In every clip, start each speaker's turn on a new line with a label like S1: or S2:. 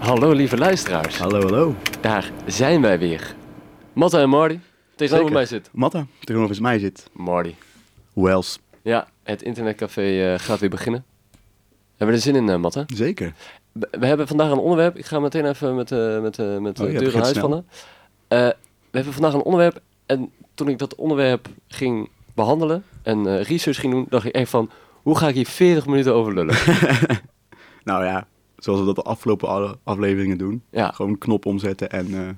S1: Hallo lieve luisteraars,
S2: Hallo, hallo.
S1: daar zijn wij weer. Matta en Marty, tegenover
S2: Zeker.
S1: mij zit
S2: Matta, tegenover mij zit
S1: Marty.
S2: Wells.
S1: Ja, het internetcafé eh, gaat weer beginnen. Hebben we er zin in, eh, Matta?
S2: Zeker.
S1: We we hebben vandaag een onderwerp, ik ga meteen even met, eh, met, eh, met
S2: Oh,
S1: de deur
S2: ja,
S1: in
S2: begint
S1: huis
S2: snel.
S1: vallen. Eh, we hebben vandaag een onderwerp en toen ik dat onderwerp ging behandelen en eh, research ging doen, dacht ik echt van, hoe ga ik hier 40 minuten over lullen?
S2: Nou ja, zoals we dat de afgelopen alle- afleveringen doen.
S1: ja,
S2: Gewoon knop omzetten en eh,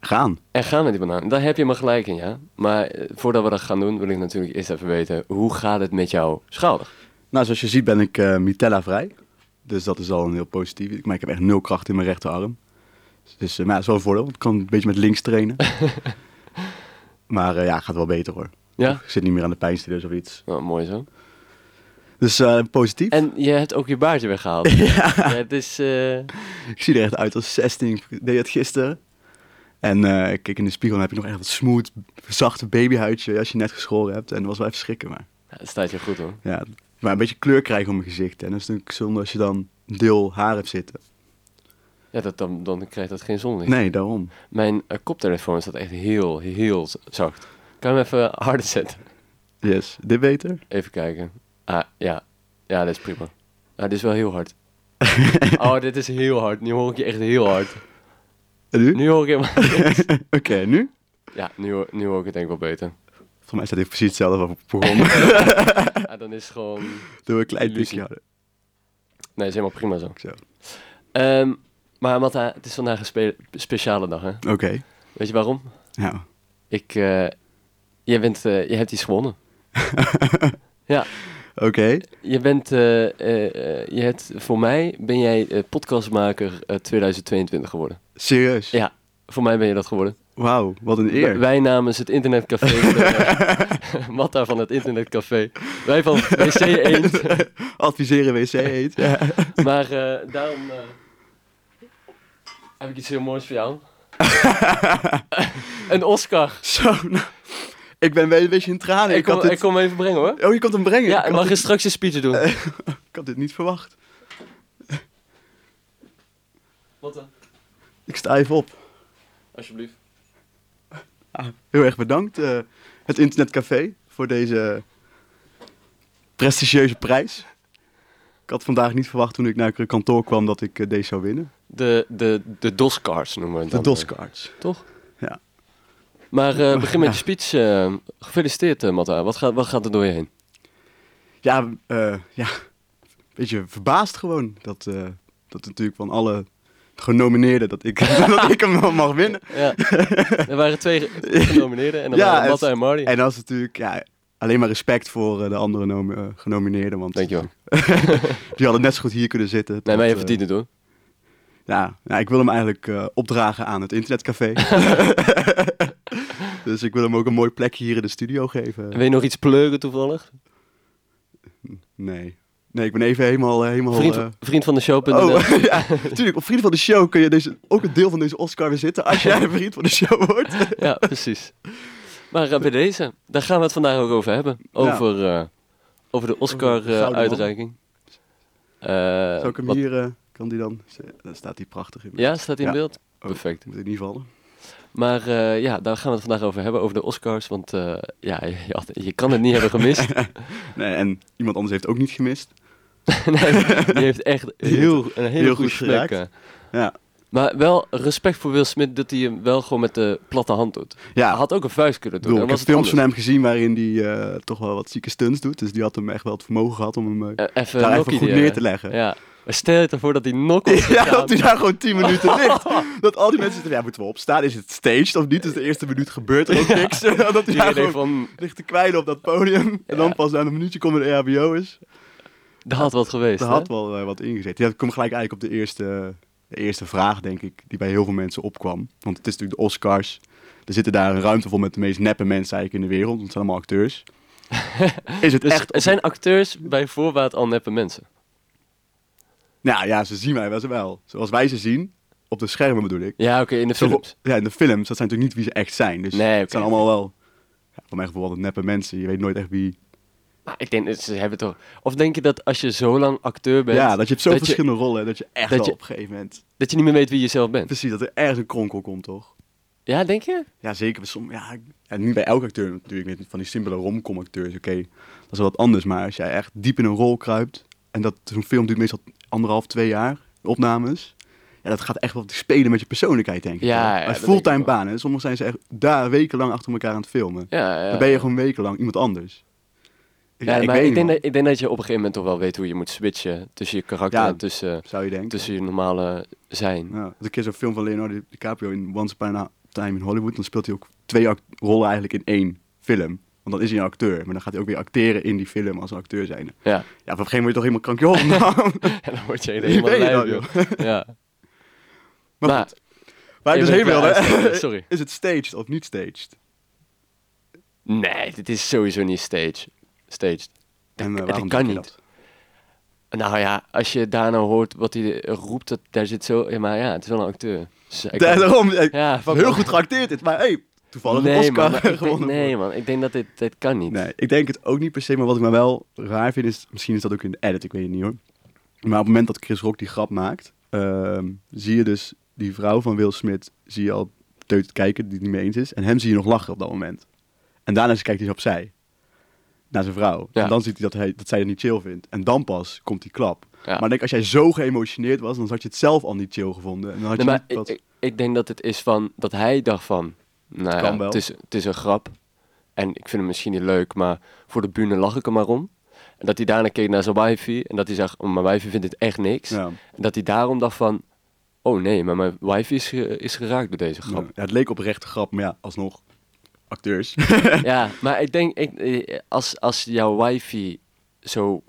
S2: gaan.
S1: En gaan met die banaan. Daar heb je me gelijk in, ja. Maar eh, voordat we dat gaan doen, wil ik natuurlijk eerst even weten... hoe gaat het met jouw schouder?
S2: Nou, zoals je ziet ben ik eh Mitella vrij. Dus dat is al een heel positief. Maar ik heb echt nul kracht in mijn rechterarm. Dus eh maar ja, dat is wel een voordeel. want Ik kan een beetje met links trainen. maar eh, ja, gaat wel beter hoor.
S1: Ja?
S2: Ik zit niet meer aan de pijnstillers of iets.
S1: Nou, mooi zo.
S2: Dus eh, positief.
S1: En je hebt ook je baardje weggehaald. Ja, het is... eh,
S2: Ik zie er echt uit als 16. Ik deed het gisteren. En eh, ik keek in de spiegel en dan heb je nog echt dat smooth, zachte babyhuidje als je net geschoren hebt. En dat was wel even schrikken, maar,
S1: ja, het staat je goed, hoor.
S2: ja, maar een beetje kleur krijgen op mijn gezicht. En dat is natuurlijk zonde als je dan een deel haar hebt zitten.
S1: Ja, dat, dan, dan krijgt dat geen zonlicht.
S2: Nee, daarom.
S1: Mijn eh, koptelefoon staat echt heel, heel z- zacht. Kan je hem even harder zetten?
S2: Yes, dit beter?
S1: Even kijken. Ah, ja. Ja, dit is prima. Ah, dit is wel heel hard. Oh, dit is heel hard. Nu hoor ik je echt heel hard.
S2: En nu?
S1: Nu hoor ik helemaal...
S2: Oké, nu?
S1: Ja, nu, hoor- nu hoor ik het denk ik wel beter.
S2: Voor mij staat dit precies hetzelfde wat we begonnen.
S1: Ah, dan is het gewoon...
S2: Doe een klein
S1: Illusie.
S2: tikje harder.
S1: Nee, is helemaal prima zo.
S2: Zo.
S1: Ehm, maar Matta, het is vandaag een spe- speciale dag, hè?
S2: Oké,
S1: Weet je waarom?
S2: nou,
S1: Ik, eh, jij bent, eh, je hebt iets gewonnen. ja,
S2: oké.
S1: je bent, eh, eh, eh, je hebt, voor mij ben jij eh, podcastmaker eh, 2022 geworden.
S2: Serieus?
S1: Ja. Voor mij ben je dat geworden.
S2: Wauw, wat een eer.
S1: W- Wij namens het internetcafé, eh, Matta van het internetcafé, wij van WC Eend.
S2: Adviseren wc eet. Ja.
S1: Maar eh, daarom eh, heb ik iets heel moois voor jou. een Oscar.
S2: Zo, nou, ik ben wel een beetje in tranen.
S1: Ik kom,
S2: Ah, had dit-
S1: ik kom hem even brengen hoor.
S2: Oh, je komt hem brengen?
S1: Ja, mag
S2: ik, had
S1: je
S2: dit, Eh.
S1: straks je speech doen?
S2: ik had dit niet verwacht.
S1: Wat dan?
S2: Ik sta even op.
S1: Alsjeblieft.
S2: Heel erg bedankt, eh, het Internetcafé, voor deze prestigieuze prijs. Ik had vandaag niet verwacht toen ik naar het kantoor kwam dat ik eh, deze zou winnen. eh,
S1: De, de, de DOS-cards noemen we het
S2: De
S1: dan.
S2: DOS-cards.
S1: Toch?
S2: Ja.
S1: Maar eh, begin met
S2: Ja.
S1: je speech. eh, gefeliciteerd, eh, Matta. Wat gaat, wat gaat er door je heen?
S2: Ja, eh, ja, een beetje verbaasd gewoon dat, eh, dat natuurlijk van alle genomineerden dat ik, dat ik hem wel mag winnen.
S1: Ja. er waren twee genomineerden en dan
S2: Ja,
S1: waren
S2: het-
S1: Matta en Marty.
S2: En dat is natuurlijk ja, alleen maar respect voor eh, de andere nom- eh, genomineerden, want
S1: Dankjewel.
S2: die hadden net zo goed hier kunnen zitten.
S1: Nee, maar je
S2: Dat, eh,
S1: verdient het hoor.
S2: Ja, nou, ik wil hem eigenlijk eh, opdragen aan het internetcafé. dus ik wil hem ook een mooi plekje hier in de studio geven.
S1: Wil je nog iets pleuren toevallig?
S2: Nee. Nee, ik ben even helemaal... eh, helemaal
S1: Vriend,
S2: eh,
S1: vriend van de show.
S2: Oh, ja, natuurlijk. Op Vriend van de Show kun je deze, ook een deel van deze Oscar weer zitten als jij een vriend van de show wordt.
S1: Ja, precies. Maar eh, bij deze, daar gaan we het vandaag ook over hebben. Over, eh, over de
S2: Over de gouden
S1: Oscar-uitreiking.
S2: Zou ik hem hier... eh, kan die dan... Daar staat hij prachtig in.
S1: Ja, staat die in
S2: Ja. Oh.
S1: beeld? Perfect.
S2: Moet ik niet vallen?
S1: Maar eh, ja, daar gaan we het vandaag over hebben, over de Oscars. Want eh, ja, je, je had- je kan het niet hebben gemist.
S2: Nee, en iemand anders heeft ook niet gemist.
S1: nee, die heeft echt
S2: Die
S1: heel, een hele
S2: heel
S1: goede
S2: goed
S1: smaak,
S2: geraakt.
S1: eh.
S2: Ja.
S1: Maar wel respect voor Will Smith dat hij hem wel gewoon met de platte hand doet. Hij
S2: Ja,
S1: had ook een vuist kunnen
S2: Ik
S1: doen.
S2: bedoel,
S1: dan
S2: ik
S1: was
S2: heb films
S1: het
S2: van hem gezien waarin hij eh, toch wel wat zieke stunts doet. Dus die had hem echt wel het vermogen gehad om hem eh,
S1: anders. Eh, even
S2: daar
S1: een
S2: even
S1: nokkie
S2: goed
S1: die,
S2: neer
S1: eh,
S2: te leggen. Ja,
S1: Ja. Maar stel je ervoor dat hij knock ons
S2: dat hij daar gewoon 10 minuten ligt. Dat al die mensen zitten, ja, moeten we opstaan? Is het staged of niet? Dus de eerste minuut gebeurt er ook niks. dat hij daar
S1: Iedereen
S2: gewoon
S1: van,
S2: ligt te kwijlen op dat podium. En dan pas na een minuutje komt er de RBO is.
S1: dat had wat geweest.
S2: Daar
S1: hè?
S2: had wel eh, wat ingezet. Ja, ik kom gelijk eigenlijk op de eerste, de eerste vraag, denk ik, die bij heel veel mensen opkwam. Want het is natuurlijk de Oscars. Er zitten daar een ruimte vol met de meest neppe mensen eigenlijk in de wereld. Want het zijn allemaal acteurs. Is het
S1: Dus
S2: echt...
S1: er zijn acteurs bij voorbaat al neppe mensen.
S2: Nou ja, ze zien mij wel, ze wel. Zoals wij ze zien, op de schermen bedoel ik.
S1: Ja, oké, in de
S2: Zo-
S1: films.
S2: Ja, in de films, dat zijn natuurlijk niet wie ze echt zijn. Dus
S1: Nee, oké.
S2: het zijn allemaal wel, ja, voor mijn gevoel altijd neppe mensen. Je weet nooit echt wie,
S1: Maar Nou, ik denk, dat ze hebben toch... Of denk je dat als je zo lang acteur bent,
S2: Ja, dat je hebt zo
S1: dat je-
S2: verschillende rollen dat je echt
S1: dat
S2: wel
S1: je-
S2: op een gegeven moment...
S1: dat je niet meer weet wie je zelf bent?
S2: Precies, dat er ergens een kronkel komt, toch?
S1: Ja, denk je?
S2: Ja, zeker. bij somm- ja, ik- ja, niet bij elke acteur natuurlijk. Met van die simpele romcom acteurs, oké, dat is wel wat anders. Maar als jij echt diep in een rol kruipt... en dat zo'n film duurt meestal anderhalf, twee jaar, opnames... Ja, dat gaat echt wel spelen met je persoonlijkheid, denk ik.
S1: Ja,
S2: wel.
S1: ja,
S2: Maar
S1: dat denk ik
S2: fulltime
S1: wel.
S2: banen. Sommigen zijn ze echt daar wekenlang achter elkaar aan het filmen.
S1: Ja, ja.
S2: Dan ben je gewoon wekenlang iemand anders.
S1: Ja,
S2: ik
S1: maar
S2: weet
S1: ik,
S2: niet,
S1: denk
S2: man.
S1: dat, ik denk dat je op een gegeven moment toch wel weet hoe je moet switchen tussen je karakter
S2: Ja.
S1: en tussen,
S2: Zou je denken.
S1: tussen je normale zijn.
S2: Ja, als ik keer zo'n film van Leonardo DiCaprio in Once Upon a Time in Hollywood, dan speelt hij ook twee act- rollen eigenlijk in één film. Want dan is hij een acteur, maar dan gaat hij ook weer acteren in die film als een acteur zijn. Ja,
S1: Ja,
S2: op een gegeven moment word je toch helemaal krankje man.
S1: en dan word je
S2: Wie
S1: helemaal
S2: ben je
S1: lijp,
S2: dan, joh?
S1: joh. Ja.
S2: Maar
S1: Nou,
S2: goed, waar ik
S1: je
S2: dus
S1: bent
S2: heen
S1: wel
S2: wilde,
S1: uitstapje, sorry.
S2: is het staged of niet staged?
S1: Nee, dit is sowieso niet stage. Staged. Dat,
S2: eh,
S1: dat
S2: waarom
S1: kan
S2: denk je
S1: niet. Nou ja, als je daarna hoort wat hij eh, roept, dat, daar zit zo... ja, Maar ja, het is wel een acteur. Dus hij
S2: Dat?
S1: kan-
S2: Daarom, eh,
S1: Ja, fuck
S2: heel
S1: off.
S2: goed geacteerd dit, maar hey, toevallig een
S1: nee,
S2: Oscar
S1: man, maar ik denk-
S2: gewonnen.
S1: nee man, ik denk dat dit, dit kan niet.
S2: Nee, ik denk het ook niet per se, maar wat ik me wel raar vind is, misschien is dat ook in de edit, ik weet het niet hoor. Maar op het moment dat Chris Rock die grap maakt, ehm, zie je dus die vrouw van Will Smith, zie je al teut kijken die het niet mee eens is. En hem zie je nog lachen op dat moment. En daarna kijkt hij opzij, naar zijn vrouw.
S1: Ja.
S2: En dan ziet hij dat, hij dat zij het niet chill vindt. En dan pas komt die klap.
S1: Ja.
S2: Maar ik denk, als jij zo geëmotioneerd was, dan had je het zelf al niet chill gevonden. En dan had je
S1: Nee, maar
S2: niet
S1: ik,
S2: dat-
S1: ik, ik denk dat het is van dat hij dacht van, nou
S2: Kan
S1: ja,
S2: wel.
S1: het is, het is een grap. En ik vind hem misschien niet leuk, maar voor de bühne lach ik er maar om. En dat hij daarna keek naar zijn wifi en dat hij zag, oh, mijn wifi vindt dit echt niks.
S2: ja.
S1: En dat hij daarom dacht van, oh nee, maar mijn wifi is, ge- is geraakt door deze
S2: Ja,
S1: grap.
S2: het leek oprecht een grap, maar ja, alsnog. Acteurs.
S1: Ja, maar ik denk, ik, eh, als, als jouw wifi zo,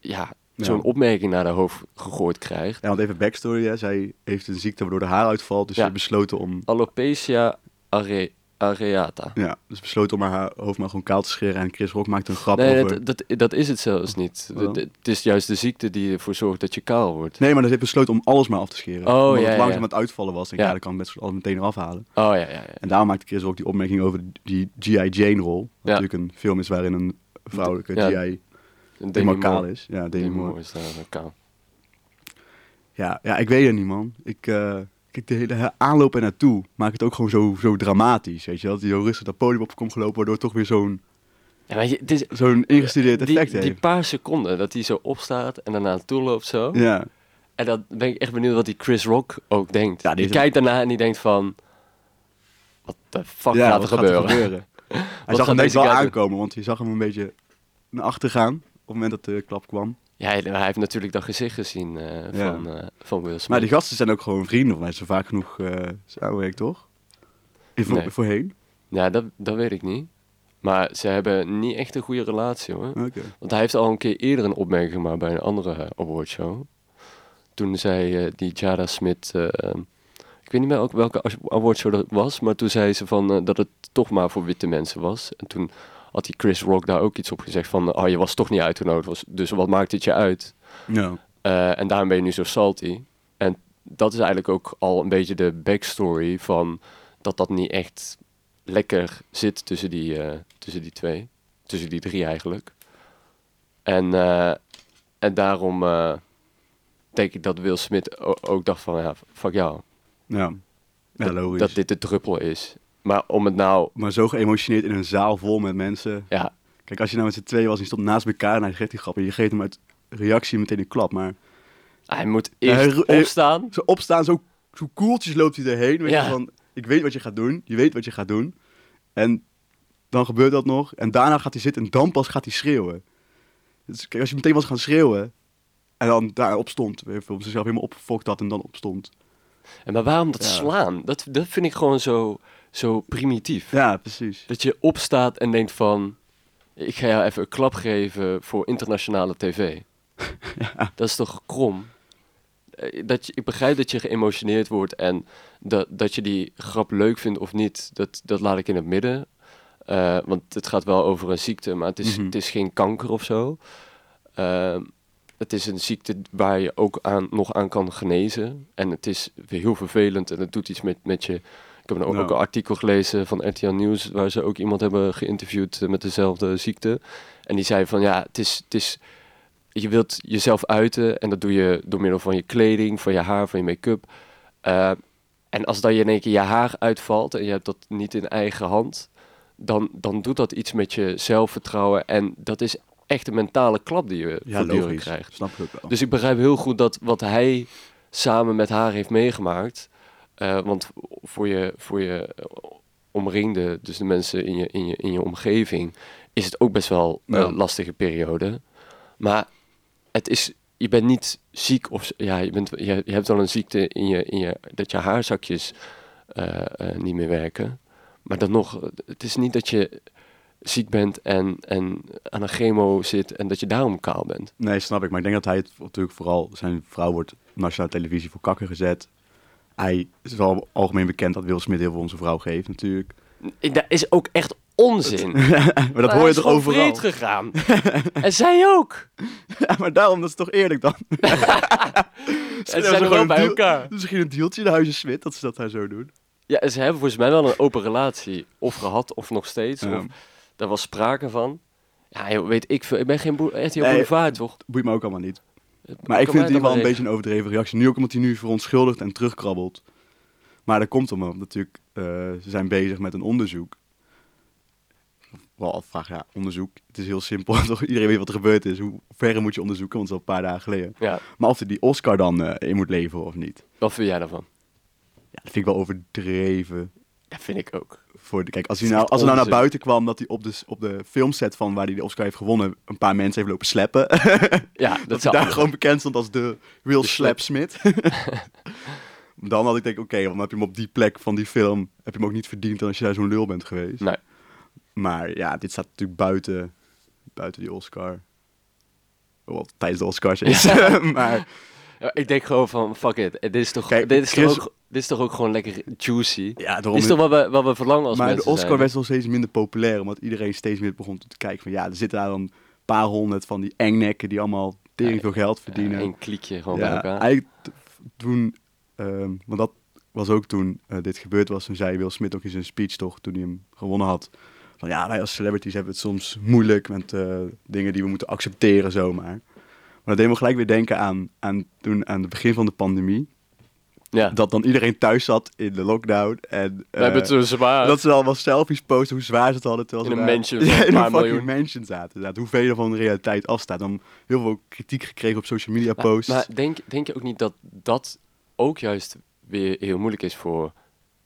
S1: ja,
S2: Ja.
S1: zo'n opmerking naar haar hoofd gegooid krijgt.
S2: Ja, want even backstory. Hè. Zij heeft een ziekte waardoor de haar uitvalt. Dus
S1: Ja.
S2: ze heeft besloten om,
S1: Alopecia are, areata.
S2: ja, dus besloten om haar- haar hoofd maar gewoon kaal te scheren. En Chris Rock maakt een grap
S1: Nee,
S2: over...
S1: dat, dat, dat is het zelfs niet.
S2: Waarom?
S1: D- d- Het is juist de ziekte die ervoor zorgt dat je kaal wordt.
S2: Nee, maar ze heeft besloten om alles maar af te scheren.
S1: Oh,
S2: omdat
S1: ja,
S2: het
S1: ja,
S2: langzaam
S1: ja.
S2: aan het uitvallen was. En
S1: Ja.
S2: ja, dan kan ik best alles meteen eraf halen.
S1: Oh ja, ja, ja.
S2: En daarom maakte Chris Rock die opmerking over die G.I. Jane-rol. Wat
S1: Ja.
S2: natuurlijk een film is waarin een vrouwelijke
S1: Ja,
S2: G.I.
S1: Een
S2: helemaal kaal is. Ja, Demi Moore.
S1: is daar een kaal.
S2: Ja, ja, ik weet het niet, man. Ik, eh, kijk, de hele aanloop er naartoe maakt het ook gewoon zo, zo dramatisch, weet je wel. Dat hij zo rustig dat podium op komt gelopen, waardoor het toch weer zo'n
S1: Ja, maar je- het is,
S2: zo'n ingestudeerd effect
S1: die, die
S2: heeft.
S1: paar seconden dat hij zo opstaat en daarna naartoe loopt zo.
S2: Ja.
S1: En dan ben ik echt benieuwd wat die Chris Rock ook denkt.
S2: Ja, die
S1: die
S2: is-
S1: kijkt daarna en die denkt van... Wat de fuck
S2: Ja,
S1: gaat er
S2: wat
S1: gebeuren?
S2: Hij zag
S1: gaat
S2: hem denk ik
S1: deze
S2: wel
S1: guy doen?
S2: aankomen, want je zag hem een beetje naar achter gaan op het moment dat de klap kwam.
S1: Ja, hij, hij heeft natuurlijk dat gezicht gezien eh,
S2: Ja.
S1: van, eh, van Will Smith.
S2: Maar die gasten zijn ook gewoon vrienden, want wij zijn vaak genoeg eh samenwerkt, toch? In vo-
S1: Nee.
S2: Voorheen?
S1: Ja, dat, dat weet ik niet. Maar ze hebben niet echt een goede relatie hoor.
S2: Oké.
S1: Want hij heeft al een keer eerder een opmerking gemaakt bij een andere eh, awardshow. Toen zei eh, die Jada Smit, eh, ehm, ik weet niet meer ook welke as- awardshow dat was, maar toen zei ze van, eh, dat het toch maar voor witte mensen was. En toen had die Chris Rock daar ook iets op gezegd van, ah je was toch niet uitgenodigd, was, dus wat maakt het je uit?
S2: Ja.
S1: Eh, en daarom ben je nu zo salty. En dat is eigenlijk ook al een beetje de backstory van dat dat niet echt lekker zit tussen die, eh, tussen die twee. Tussen die drie eigenlijk. En, eh, en daarom eh, denk ik dat Will Smith o- ook dacht van, ja, fuck jou.
S2: Ja. ja,
S1: Dat-
S2: logisch.
S1: Dat dit de druppel is. Maar om het nou,
S2: Maar zo geëmotioneerd in een zaal vol met mensen.
S1: ja,
S2: Kijk, als je nou met z'n tweeën was en je stond naast elkaar en hij geeft die grap en je geeft hem uit reactie meteen een klap. Maar
S1: hij moet
S2: Ja, hij
S1: eerst
S2: ro- hij-
S1: opstaan.
S2: zo opstaan, zo, zo koeltjes loopt hij erheen. Weet
S1: Ja.
S2: je, van, ik weet wat je gaat doen, je weet wat je gaat doen. En dan gebeurt dat nog. En daarna gaat hij zitten en dan pas gaat hij schreeuwen. Dus kijk, als je meteen was gaan schreeuwen en dan daarop stond, even op zichzelf helemaal opgefokt had en dan opstond.
S1: En maar waarom dat
S2: Ja.
S1: slaan? Dat, dat vind ik gewoon zo, zo primitief.
S2: Ja, precies.
S1: Dat je opstaat en denkt van... Ik ga jou even een klap geven voor internationale tv. Dat is toch krom? Eh, Dat je, ik begrijp dat je geëmotioneerd wordt en dat, dat je die grap leuk vindt of niet, dat, dat laat ik in het midden. Eh, want het gaat wel over een ziekte, maar het is,
S2: Mhm.
S1: het is geen kanker of zo. Ehm, het is een ziekte waar je ook aan, nog aan kan genezen. En het is weer heel vervelend en het doet iets met, met je Ik heb nou
S2: Nou.
S1: ook een artikel gelezen van RTL Nieuws, waar ze ook iemand hebben geïnterviewd eh, met dezelfde ziekte. En die zei van ja, het is, het is, je wilt jezelf uiten en dat doe je door middel van je kleding, van je haar, van je make-up. Eh, en als dan je in één keer je haar uitvalt en je hebt dat niet in eigen hand, dan, dan doet dat iets met je zelfvertrouwen. En dat is echt een mentale klap die je
S2: Ja,
S1: voortdurend
S2: logisch.
S1: krijgt.
S2: Snap ik ook wel.
S1: Dus ik begrijp heel goed dat wat hij samen met haar heeft meegemaakt. eh, want voor je, voor je eh, omringde, dus de mensen in je, in, je, in je omgeving, is het ook best wel eh,
S2: Ja.
S1: een lastige periode. Maar het is, je bent niet ziek of z- ja, je, bent, je, je hebt wel een ziekte in je, in je, dat je haarzakjes eh, eh, niet meer werken. Maar dan nog, het is niet dat je ziek bent en, en aan een chemo zit en dat je daarom kaal bent.
S2: Nee, snap ik. Maar ik denk dat hij het natuurlijk vooral... Zijn vrouw wordt op nationale televisie voor kakken gezet. Hij is al algemeen bekend dat Will Smith heel veel om zijn vrouw geeft natuurlijk.
S1: Dat is ook echt onzin.
S2: Maar dat hoor je toch overal?
S1: vreed gegaan. en zij ook.
S2: Ja, maar daarom, dat is toch eerlijk dan?
S1: En ze zijn er wel bij elkaar.
S2: Misschien een deeltje in huizen Smit, dat ze dat daar zo doen.
S1: Ja, en ze hebben volgens mij wel een open relatie. Of gehad, of nog steeds.
S2: Ja.
S1: Of, daar was sprake van. Ja, joh, weet ik veel. Ik ben geen boer, RTL
S2: Nee.
S1: Boulevard, toch?
S2: Boeit me ook allemaal niet.
S1: Het kan
S2: Maar ik
S1: mij
S2: vind het
S1: dan
S2: in ieder geval een
S1: regen.
S2: beetje een overdreven reactie. Nu ook omdat hij nu verontschuldigt en terugkrabbelt. Maar dat komt omdat natuurlijk, eh, ze zijn bezig met een onderzoek. Wel, al vraag ja, onderzoek. Het is heel simpel, toch? Iedereen weet wat er gebeurd is. Hoe ver moet je onderzoeken, want het is al een paar dagen geleden.
S1: Ja,
S2: Maar of hij die Oscar dan eh, in moet leveren of niet.
S1: wat vind jij daarvan?
S2: Ja, dat vind ik wel overdreven.
S1: Dat vind ik ook.
S2: Voor de, kijk, als, hij
S1: Het is
S2: nou,
S1: echt
S2: als er nou naar
S1: onzin.
S2: buiten kwam dat hij op de, op de filmset van waar hij de Oscar heeft gewonnen... een paar mensen heeft lopen sleppen.
S1: Ja, dat,
S2: Dat,
S1: zou
S2: hij daar gewoon bekend stond als de Will
S1: De
S2: Slap Smith. dan had ik denk, oké, dan heb je hem op die plek van die film... heb je hem ook niet verdiend dan als je daar zo'n lul bent geweest.
S1: Nee.
S2: Maar ja, dit staat natuurlijk buiten, buiten die Oscar. Wat tijdens de Oscars is. maar
S1: Ja, Ik denk gewoon van, fuck it. Eh, Dit is toch,
S2: Kijk,
S1: dit is
S2: Chris-
S1: toch, ook, dit is toch ook gewoon lekker juicy?
S2: ja,
S1: Dit is
S2: daarom...
S1: toch wat we, wat we verlangen als
S2: maar de
S1: mensen
S2: Oscar
S1: zijn?
S2: werd wel steeds minder populair... omdat iedereen steeds meer begon te kijken van... ja, er zitten daar dan een paar honderd van die engnekken... die allemaal tering veel geld verdienen.
S1: Eén kliekje gewoon bij
S2: eh, Ja,
S1: elkaar.
S2: eigenlijk t- toen, ehm, want dat was ook toen eh, dit gebeurd was, toen zei Will Smith ook in zijn speech toch, toen hij hem gewonnen had, van ja, wij als celebrities hebben het soms moeilijk met eh, dingen die we moeten accepteren zomaar. Maar dat deed me gelijk weer denken aan, aan toen aan het begin van de pandemie,
S1: Ja.
S2: dat dan iedereen thuis zat in de lockdown en
S1: we hebben het
S2: eh,
S1: zo zwaar.
S2: dat ze allemaal selfies posten hoe zwaar ze het hadden. Terwijl
S1: In
S2: ze
S1: een mansion
S2: daar-
S1: van
S2: Ja,
S1: een
S2: in
S1: paar
S2: een fucking
S1: miljoen.
S2: mansion zaten. inderdaad. Hoeveel er van de realiteit afstaat. Dan heel veel kritiek gekregen op social media
S1: Maar,
S2: posts.
S1: maar denk, denk je ook niet dat dat ook juist weer heel moeilijk is voor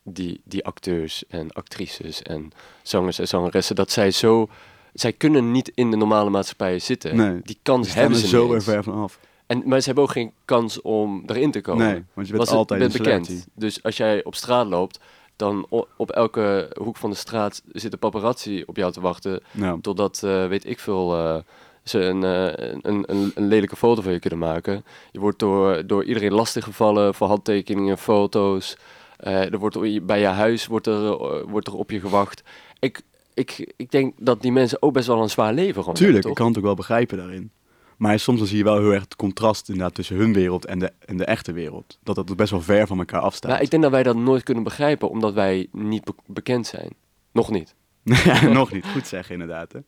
S1: die, die acteurs en actrices en zangers en zangeressen? Dat zij zo. Zij kunnen niet in de normale maatschappij zitten.
S2: Nee.
S1: Die kans
S2: Ze
S1: hebben
S2: staan
S1: ze
S2: er zo
S1: niet.
S2: er ver van af.
S1: En, maar ze hebben ook geen kans om erin te komen.
S2: Nee, want je bent
S1: Want ze-
S2: altijd
S1: bent
S2: een
S1: bekend.
S2: celebrity.
S1: Dus als jij op straat loopt, dan o- op elke hoek van de straat zit een paparazzi op jou te wachten.
S2: Nou,
S1: Totdat, eh, weet ik veel, eh, ze een, eh, een, een, een lelijke foto van je kunnen maken. Je wordt door, door iedereen lastiggevallen voor handtekeningen, foto's. Eh, er wordt o- je- bij je huis wordt er, eh, wordt er op je gewacht. Ik, ik, ik denk dat die mensen ook best wel een zwaar leven gewoon
S2: tuurlijk, ik
S1: hebben,
S2: kan het ook wel begrijpen daarin. Maar soms dan zie je wel heel erg het contrast inderdaad tussen hun wereld en de, en de echte wereld. Dat dat best wel ver van elkaar afstaat.
S1: Maar Nou, ik denk dat wij dat nooit kunnen begrijpen, omdat wij niet be- bekend zijn. Nog niet.
S2: Ja, Nog niet goed zeggen inderdaad. Hè.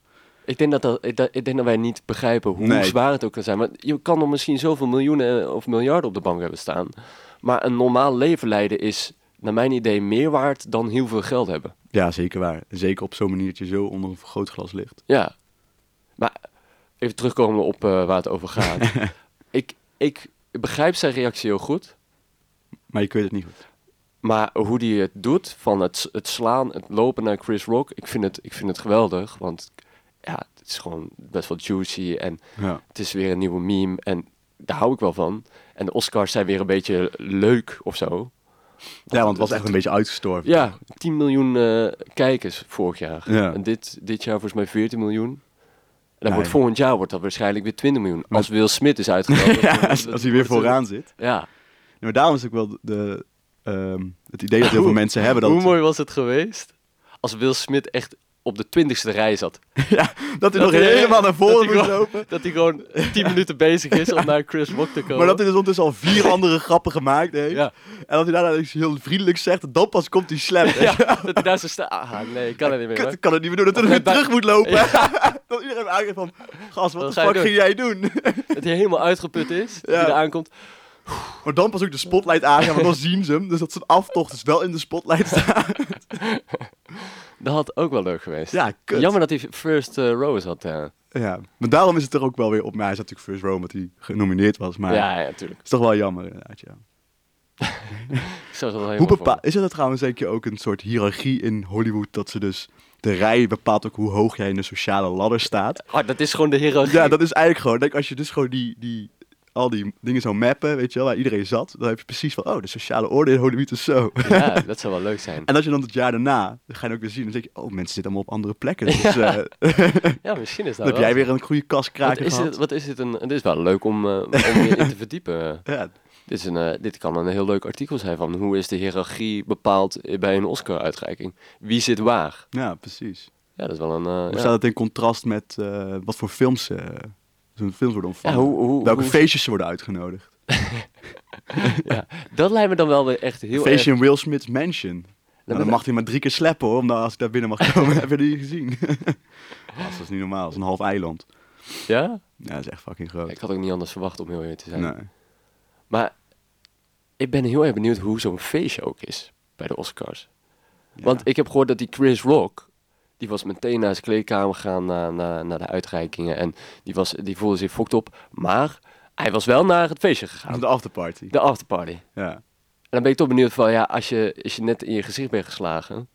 S1: Ik denk dat, dat, ik, dat- ik denk dat wij niet begrijpen hoe
S2: Nee.
S1: zwaar het ook kan zijn. Want je kan er misschien zoveel miljoenen eh, of miljarden op de bank hebben staan. Maar een normaal leven leiden is, naar mijn idee, meer waard dan heel veel geld hebben.
S2: Ja, zeker waar. Zeker op zo'n manier dat je zo onder een vergrootglas ligt.
S1: Ja. Maar even terugkomen op eh, waar het over gaat. ik, ik begrijp zijn reactie heel goed.
S2: Maar je kunt het niet goed.
S1: Maar hoe die het doet, van het, het slaan, het lopen naar Chris Rock, ik vind het, ik vind het geweldig. Want ja, het is gewoon best wel juicy en
S2: Ja.
S1: het is weer een nieuwe meme en daar hou ik wel van. En de Oscars zijn weer een beetje leuk of zo.
S2: ja, want het was echt een beetje uitgestorven.
S1: Ja, 10 miljoen eh, kijkers vorig jaar.
S2: Ja.
S1: En dit, dit jaar volgens mij 14 miljoen. En dan
S2: Nee.
S1: wordt volgend jaar wordt dat waarschijnlijk weer 20 miljoen.
S2: Maar-
S1: Als Will Smith is uitgekomen.
S2: Ja, als, als hij weer
S1: eh,
S2: vooraan zit.
S1: Ja.
S2: Ja, maar daarom is ook wel de, ehm, het idee dat heel veel mensen hebben. Dat
S1: Hoe
S2: het-
S1: mooi was het geweest als Will Smith echt op de twintigste rij zat.
S2: Dat hij nog
S1: hij-
S2: helemaal naar
S1: dat
S2: voren
S1: hij
S2: moet
S1: gewoon-
S2: lopen.
S1: Dat hij gewoon tien minuten bezig is om naar Chris Rock te komen.
S2: Maar dat hij dus ondertussen al vier andere grappen gemaakt heeft.
S1: Ja.
S2: En dat hij daarna iets heel vriendelijk zegt. Dan pas komt die slam.
S1: ja, dat hij daar zo staat. Ah, nee, ik kan het niet meer.
S2: Kut,
S1: hoor.
S2: ik kan het niet meer doen. Dat
S1: Of
S2: hij weer
S1: hij
S2: terug moet lopen.
S1: Ja.
S2: dat iedereen aangeeft van... Gast, wat
S1: Wat
S2: de
S1: ga je
S2: fuck
S1: doen?"
S2: ging jij doen?
S1: Dat hij helemaal uitgeput is. Dat
S2: Ja.
S1: hij eraan komt.
S2: maar dan pas ook de spotlight aangaan. Want dan zien ze hem. Dus dat zijn aftocht is wel in de spotlight staan.
S1: Dat had ook wel leuk geweest.
S2: Ja, kut.
S1: Jammer dat hij first eh, row zat. Ja,
S2: Ja. Maar daarom is het er ook wel weer op. Maar hij zat natuurlijk first row omdat hij genomineerd was. Maar
S1: ja, ja, natuurlijk.
S2: is toch wel jammer inderdaad, ja.
S1: Ik zou dat wel
S2: Hoe
S1: helemaal
S2: bepa- is er trouwens denk je ook een soort hiërarchie in Hollywood dat ze dus de rij bepaalt ook hoe hoog jij in de sociale ladder staat?
S1: voor me. Ah, dat is gewoon de hiërarchie.
S2: Ja, dat is eigenlijk gewoon, denk, als je dus gewoon die, die, al die dingen zou mappen, weet je wel, waar iedereen zat, dan heb je precies van, oh, de sociale orde in Hollywood is zo.
S1: Ja, dat zou wel leuk zijn.
S2: En als je dan het jaar daarna, dan ga je ook weer zien, dan denk je, oh, mensen zitten allemaal op andere plekken. Dus, eh,
S1: Ja, misschien is dat
S2: dan heb
S1: wel.
S2: jij weer een goede kaskraker
S1: wat is,
S2: gehad.
S1: dit, wat is dit een... Het is wel leuk om, eh, om je in te verdiepen.
S2: Ja,
S1: Dit, is een, eh, dit kan een heel leuk artikel zijn van hoe is de hiërarchie bepaald bij een Oscar-uitreiking. Wie zit waar?
S2: ja, precies.
S1: Ja, dat is wel een... eh,
S2: Hoe
S1: ja.
S2: staat het in contrast met eh, wat voor films, eh zo'n films worden ontvangen?
S1: Ja, hoe- hoe-
S2: Welke
S1: hoe-
S2: feestjes ze worden uitgenodigd?
S1: Ja, dat lijkt me dan wel weer echt heel
S2: Feestje in Will Smith's mansion. Nou,
S1: ben-
S2: dan mag hij maar drie keer slappen hoor, omdat als ik daar binnen mag komen, heb je die gezien. Gast, dat is niet normaal, dat is een half eiland.
S1: erg... Ja?
S2: Ja, dat is echt fucking
S1: Ik
S2: groot.
S1: had ook niet anders verwacht, om heel eerlijk te zijn.
S2: Nee.
S1: Maar ik ben heel erg benieuwd hoe zo'n feestje ook is bij de Oscars. Want ik heb gehoord dat die Chris Rock, die was meteen naar zijn kleedkamer gaan naar, naar, naar de uitreikingen. En die, was, die voelde zich fokt op. Maar hij was wel naar het feestje
S2: Aan
S1: gegaan.
S2: de afterparty.
S1: De afterparty.
S2: Ja.
S1: En dan ben ik toch benieuwd van, ja, als je, als je net in je gezicht bent geslagen.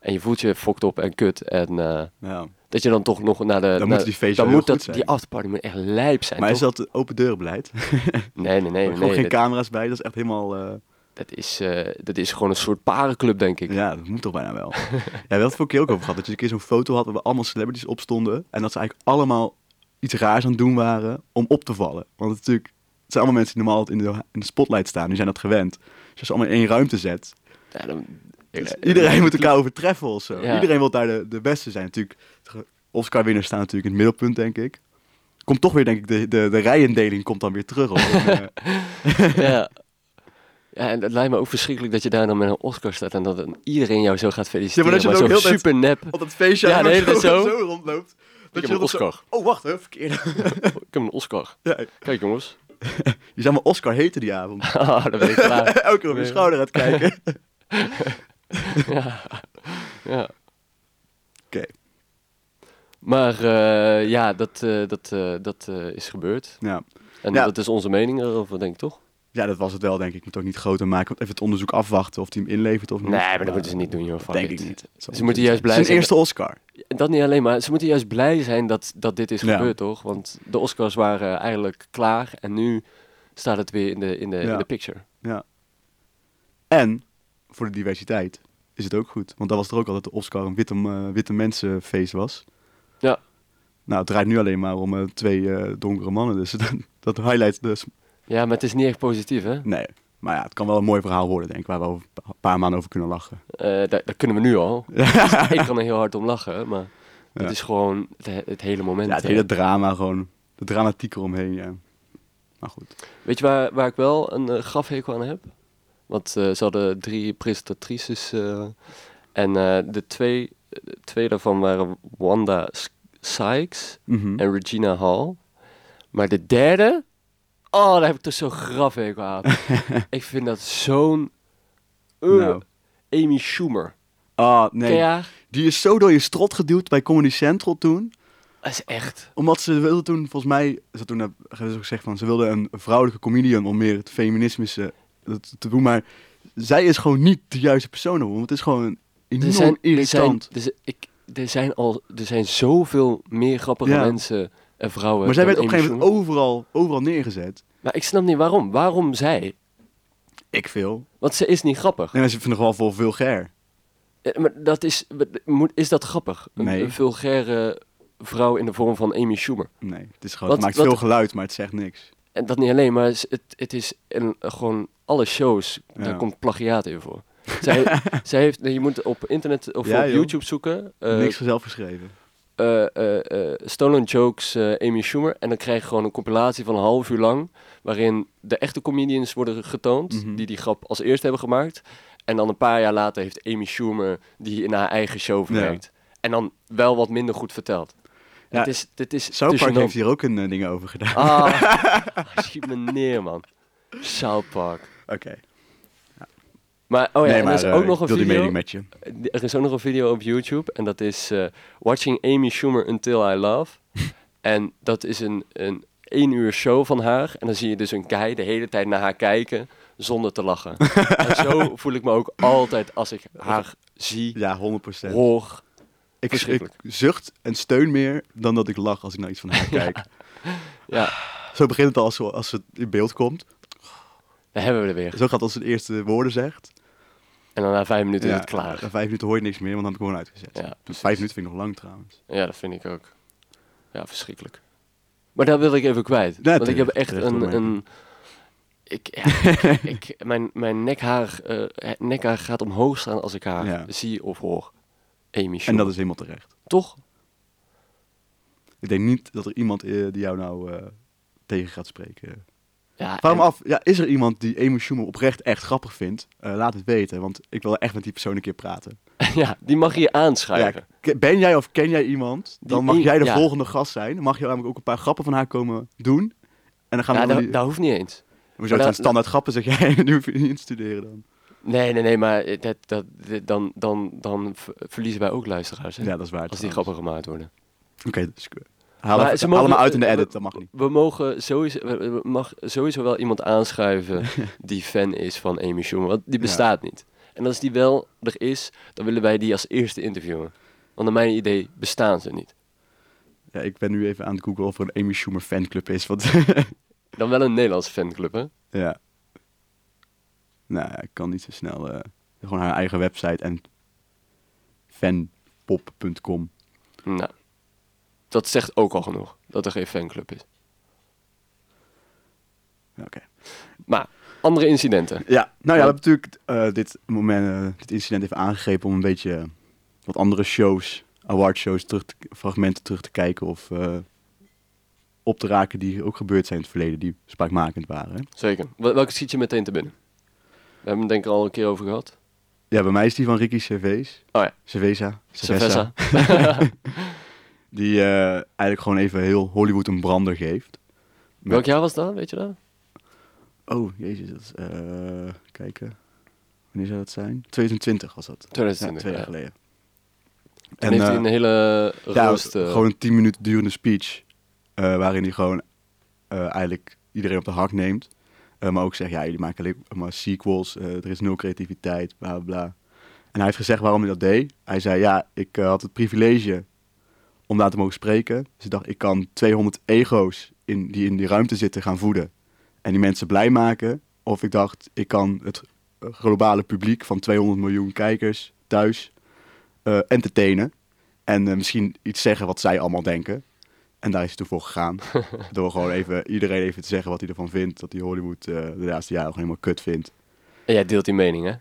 S1: En je voelt je fokt op en kut. En eh,
S2: ja.
S1: dat je dan toch nog naar de... naar-
S2: moeten die feesten
S1: Dan
S2: heel
S1: moet
S2: goed
S1: dat,
S2: zijn.
S1: die afterparty moet echt lijp zijn,
S2: Maar is
S1: toch?
S2: dat open deurenbeleid? beleid?
S1: Nee, nee, nee. nee,
S2: Gewoon geen
S1: dat,
S2: camera's bij, dat is echt helemaal... eh,
S1: dat is, eh, dat is gewoon een soort parenclub, denk ik.
S2: Ja, dat moet toch bijna wel. ja, we hadden het vorige keer ook over gehad, dat je een keer zo'n foto had waar we allemaal celebrities op stonden. En dat ze eigenlijk allemaal iets raars aan het doen waren om op te vallen. Want het, is natuurlijk, het zijn allemaal mensen die normaal in de, in de spotlight staan, die zijn dat gewend. Dus als je ze allemaal in één ruimte zet,
S1: Ja, dan-
S2: Dus iedereen moet elkaar overtreffen of zo.
S1: Ja.
S2: Iedereen wil daar de, de beste zijn. Natuurlijk, de Oscar-winners staan natuurlijk in het middelpunt, denk ik. Komt toch weer, denk ik, de, de, de rijendeling komt dan weer terug. Hoor. En, eh,
S1: Ja. ja, en het lijkt me ook verschrikkelijk dat je daar dan met een Oscar staat en dat dan iedereen jou zo gaat feliciteren.
S2: Ja, maar dat je
S1: maar
S2: dan
S1: zo
S2: ook heel de
S1: super nep.
S2: op dat feestje
S1: Ja, de
S2: helemaal
S1: hele tijd zo.
S2: rondloopt.
S1: heb
S2: Dat
S1: een
S2: je dat zo-
S1: Oscar.
S2: Oh, wacht, hè, verkeerd.
S1: Oh, Ik heb een Oscar.
S2: Ja,
S1: Kijk jongens.
S2: je zou maar Oscar heten die avond.
S1: Ah, dan ben ik klaar.
S2: Elke keer op je
S1: Nee.
S2: schouder gaat kijken. Oké,
S1: Ja. Maar eh, ja, dat, eh, dat, eh, dat eh, is gebeurd.
S2: ja.
S1: En
S2: Ja.
S1: dat is onze mening erover, denk ik toch?
S2: ja, dat was het wel, denk ik. Ik moet het ook niet groter maken. Even het onderzoek afwachten of hij hem inlevert of niet.
S1: Nee, maar dat moeten ze niet doen, joh. Fuck
S2: Denk
S1: it.
S2: ik niet.
S1: Ze moeten juist blij
S2: zijn.
S1: zijn.
S2: eerste Oscar.
S1: Dat niet alleen, maar ze moeten juist blij zijn dat, dat dit is
S2: Ja.
S1: gebeurd, toch? Want de Oscars waren eigenlijk klaar en nu staat het weer in de, in de, in
S2: Ja.
S1: de picture.
S2: Ja. En voor de diversiteit is het ook goed. Want dat was er ook altijd de Oscar een witte, eh, witte mensenfeest was.
S1: Ja.
S2: Nou, het draait nu alleen maar om eh, twee eh, donkere mannen. Dus dat, dat highlight dus.
S1: Ja, maar het is niet echt positief, hè?
S2: Nee. Maar ja, het kan wel een mooi verhaal worden, denk ik. Waar we over een pa- paar maanden over kunnen lachen.
S1: Eh, daar, daar kunnen we nu al. Dus ik kan er heel hard om lachen, maar het
S2: Ja.
S1: is gewoon het, het hele moment.
S2: Ja, het
S1: hè.
S2: hele drama gewoon. De dramatiek eromheen, ja. Maar goed.
S1: Weet je waar, waar ik wel een eh, grafhekel aan heb? Want eh, ze hadden drie presentatrices eh, en eh, de twee, de twee daarvan waren Wanda S- Sykes
S2: Mhm.
S1: en Regina Hall. Maar de derde, oh, daar heb ik toch zo'n grafhekel aan. ik vind dat zo'n eh,
S2: Nou.
S1: Amy Schumer.
S2: Ah,
S1: Ken je
S2: nee.
S1: haar?
S2: Die is zo door je strot geduwd bij Comedy Central toen.
S1: Dat is echt.
S2: Omdat ze wilden toen, volgens mij, ze toen hebben ze ook gezegd van ze wilden een vrouwelijke comedian om meer het feminisme eh, te- te doen. Maar zij is gewoon niet de juiste persoon ervoor. Want het is gewoon enorm irritant.
S1: Er zijn, er, zijn, ik, er, zijn al, er zijn zoveel meer grappige
S2: Ja.
S1: mensen en vrouwen.
S2: maar zij
S1: dan
S2: werd op een
S1: Amy
S2: gegeven moment overal, overal neergezet.
S1: Schumer. Maar ik snap niet waarom. Waarom zij?
S2: Ik veel.
S1: Want ze is niet grappig.
S2: En ze vinden gewoon vol vulgair.
S1: Eh, Maar dat is, moet- is dat grappig? Een,
S2: Nee.
S1: een vulgaire vrouw in de vorm van Amy Schumer.
S2: Nee, het is gewoon, het
S1: Wat-
S2: maakt
S1: wat-
S2: veel geluid, maar het zegt niks.
S1: En dat niet alleen, maar het, het is een, gewoon alle shows,
S2: Ja.
S1: daar komt plagiaat in voor. zij, zij heeft, nee, je moet op internet of
S2: Ja,
S1: op
S2: joh.
S1: YouTube zoeken. eh,
S2: Niks zelf geschreven.
S1: eh, eh, eh, Stolen Jokes eh, Amy Schumer. En dan krijg je gewoon een compilatie van een half uur lang. Waarin de echte comedians worden getoond.
S2: Mhm.
S1: Die die grap als eerste hebben gemaakt. En dan een paar jaar later heeft Amy Schumer die in haar eigen show verwerkt. En dan wel wat minder goed verteld.
S2: Ja,
S1: het is, dit is
S2: South
S1: te
S2: Park
S1: gênant.
S2: heeft hier ook een eh, ding over gedaan.
S1: Ah, schiet me neer, man. South Park.
S2: Oké.
S1: Maar, oh ja,
S2: nee,
S1: en
S2: maar
S1: Oh er is
S2: eh,
S1: ook nog
S2: ik
S1: een
S2: deel die
S1: video.
S2: mening met je.
S1: Er is ook nog een video op YouTube en dat is eh, Watching Amy Schumer Until I Love. en dat is een, een één uur show van haar. En dan zie je dus een guy de hele tijd naar haar kijken zonder te lachen. en zo voel ik me ook altijd als ik haar zie,
S2: Ja, 100%.
S1: hoor.
S2: ik, ik
S1: Oh, verschrikkelijk.
S2: zucht en steun meer dan dat ik lach als ik naar iets van haar kijk.
S1: Ja,
S2: Zo begint het al als, als het in beeld komt.
S1: daar hebben we er weer.
S2: Zo gaat het als het eerste woorden zegt.
S1: En dan na vijf minuten
S2: Ja,
S1: is het klaar.
S2: Na vijf minuten hoor je niks meer, want dan heb ik gewoon uitgezet.
S1: Ja,
S2: Dus vijf minuten vind ik nog lang trouwens.
S1: Ja, dat vind ik ook. Ja, verschrikkelijk. Maar dat wil ik even kwijt.
S2: Ja,
S1: want ik heb
S2: terecht,
S1: echt
S2: terecht
S1: een...
S2: opmerking.
S1: een ik, ja, ik, ik- mijn, mijn nekhaar, eh, het nekhaar gaat omhoog staan als ik haar
S2: Ja.
S1: zie of hoor. Amy
S2: En
S1: Schumer.
S2: dat is helemaal terecht.
S1: Toch?
S2: Ik denk niet dat er iemand eh, die jou nou eh, tegen gaat spreken.
S1: Ja,
S2: Vraag me
S1: en-
S2: af, ja, is er iemand die Amy Schumer oprecht echt grappig vindt? Eh, laat het weten, want ik wil echt met die persoon een keer praten.
S1: ja, die mag je aanschrijven.
S2: Ja, ke- ben jij of ken jij iemand?
S1: Nou Die-
S2: Dan mag
S1: die-
S2: jij de
S1: ja.
S2: volgende gast zijn. Dan mag je namelijk ook een paar grappen van haar komen doen. En dan gaan
S1: Ja,
S2: we
S1: dat,
S2: dan die-
S1: dat hoeft niet eens.
S2: Maar
S1: Maar
S2: zo zijn
S1: dat-
S2: standaard grappen, zeg jij. Nu hoef je niet in te studeren dan.
S1: Nee, nee, nee, maar dat, dat, dit- dan, dan, dan ver- verliezen wij ook luisteraars. hè,
S2: Ja, dat is waar.
S1: als die
S2: trouwens.
S1: grappen gemaakt worden.
S2: Oké, dus ik- haal
S1: Maar
S2: even-
S1: ze
S2: haal hem
S1: mogen-
S2: uit in de
S1: eh,
S2: edit, dat mag niet.
S1: We mogen sowieso, we- we- mag sowieso wel iemand aanschuiven die fan is van Amy Schumer, want die
S2: Ja.
S1: bestaat niet. En als die wel er is, dan willen wij die als eerste interviewen. Want naar mijn idee bestaan ze niet.
S2: Ja, ik ben nu even aan het googlen of er een Amy Schumer fanclub is. Want
S1: Dan wel een Nederlandse fanclub, hè?
S2: ja. Nou, ja, ik kan niet zo snel. eh, gewoon haar eigen website en fanpop.com.
S1: Nou, dat zegt ook al genoeg, dat er geen fanclub is.
S2: Ja, Oké.
S1: Maar, andere incidenten.
S2: Ja, nou ja,
S1: Ja.
S2: we hebben natuurlijk eh, dit, moment, eh, dit incident even aangegrepen om een beetje eh, wat andere shows, awardshows, terug te- fragmenten terug te kijken of eh, op te raken die ook gebeurd zijn in het verleden, die spraakmakend waren.
S1: Zeker. Wel- Welke schiet je meteen te binnen? We hebben het denk ik al een keer over gehad.
S2: Ja, bij mij is die van Ricky Cervez.
S1: Oh ja.
S2: Cerveza.
S1: Cerveza.
S2: Die eh, eigenlijk gewoon even heel Hollywood een brander geeft. Met-
S1: Welk jaar was dat, weet je dat?
S2: Oh, jezus. Dat is, eh, kijken. Wanneer zou dat zijn? 2020 was dat.
S1: 2020,
S2: Ja, twee jaar
S1: ja.
S2: geleden.
S1: En, heeft hij
S2: eh,
S1: een hele
S2: Ja,
S1: roost... eh,
S2: gewoon een 10 minuten durende speech. eh, waarin hij gewoon eh, eigenlijk iedereen op de hak neemt. Eh, maar ook zegt, ja, jullie maken alleen maar sequels. eh, er is nul creativiteit, bla bla, bla. En hij heeft gezegd waarom hij dat deed. Hij zei, ja, ik eh, had het privilege om daar te mogen spreken. Dus ik dacht, ik kan 200 ego's in, die in die ruimte zitten gaan voeden. En die mensen blij maken. Of ik dacht, ik kan het eh, globale publiek van 200 miljoen kijkers thuis eh, entertainen. En eh, misschien iets zeggen wat zij allemaal denken. En daar is hij toen voor gegaan. Door gewoon even iedereen even te zeggen wat hij ervan vindt. Dat hij Hollywood eh, de laatste jaren gewoon helemaal kut vindt.
S1: en jij deelt die mening, hè?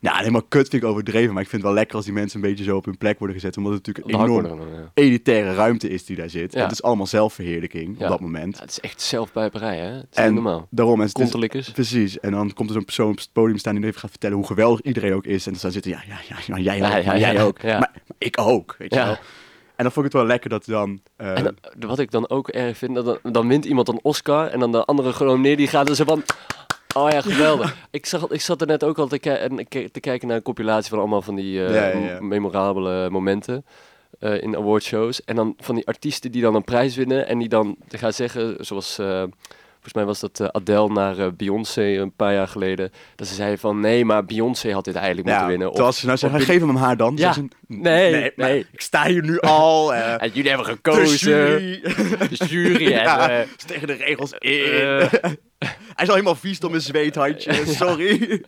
S2: Nou, helemaal kut vind ik overdreven. Maar ik vind het wel lekker als die mensen een beetje zo op hun plek worden gezet. Omdat het
S1: Op
S2: natuurlijk
S1: de
S2: een
S1: hak
S2: enorm
S1: worden genomen, ja.
S2: elitaire ruimte is die daar zit.
S1: Ja.
S2: Het is allemaal zelfverheerlijking
S1: Ja.
S2: op dat moment.
S1: Ja, het is echt zelfpijperij, hè? Het is
S2: en
S1: niet normaal.
S2: daarom en het is-
S1: Kontelikkers.
S2: Precies. En dan komt er zo'n persoon op het podium staan die even gaat vertellen hoe geweldig iedereen ook is. En dan staan zitten, ja, ja, ja, maar jij ook,
S1: Ja, ja,
S2: maar jij
S1: ja,
S2: ook.
S1: ja.
S2: Maar, maar ik ook, weet je
S1: Ja.
S2: wel. En dan vond ik het wel lekker dat dan... eh,
S1: En dan- wat ik dan ook erg vind, dat, dan- dan wint iemand een Oscar en dan de andere genomineerde die gaat er zo van... Oh ja, geweldig. Ik, zag, ik zat er net ook al te, ki- en ke- te kijken naar een compilatie van allemaal van die eh,
S2: Ja, ja, ja.
S1: m- memorabele momenten eh, in awardshows. En dan van die artiesten die dan een prijs winnen en die dan te gaan zeggen, zoals... eh, Volgens mij was dat eh, Adele naar eh, Beyoncé een paar jaar geleden. Dat ze zei van, nee, maar Beyoncé had dit eigenlijk
S2: ja,
S1: moeten winnen. Of,
S2: terwijl ze nou zeggen, geef hem hem haar dan.
S1: Ja.
S2: Zeggen ze,
S1: Nee,
S2: maar
S1: nee.
S2: ik sta hier nu al. eh
S1: en jullie hebben
S2: de
S1: gekozen.
S2: jury.
S1: De jury
S2: Ja,
S1: en, eh,
S2: is tegen de regels in.
S1: eh,
S2: Hij is al helemaal vies door mijn zweethandje, sorry.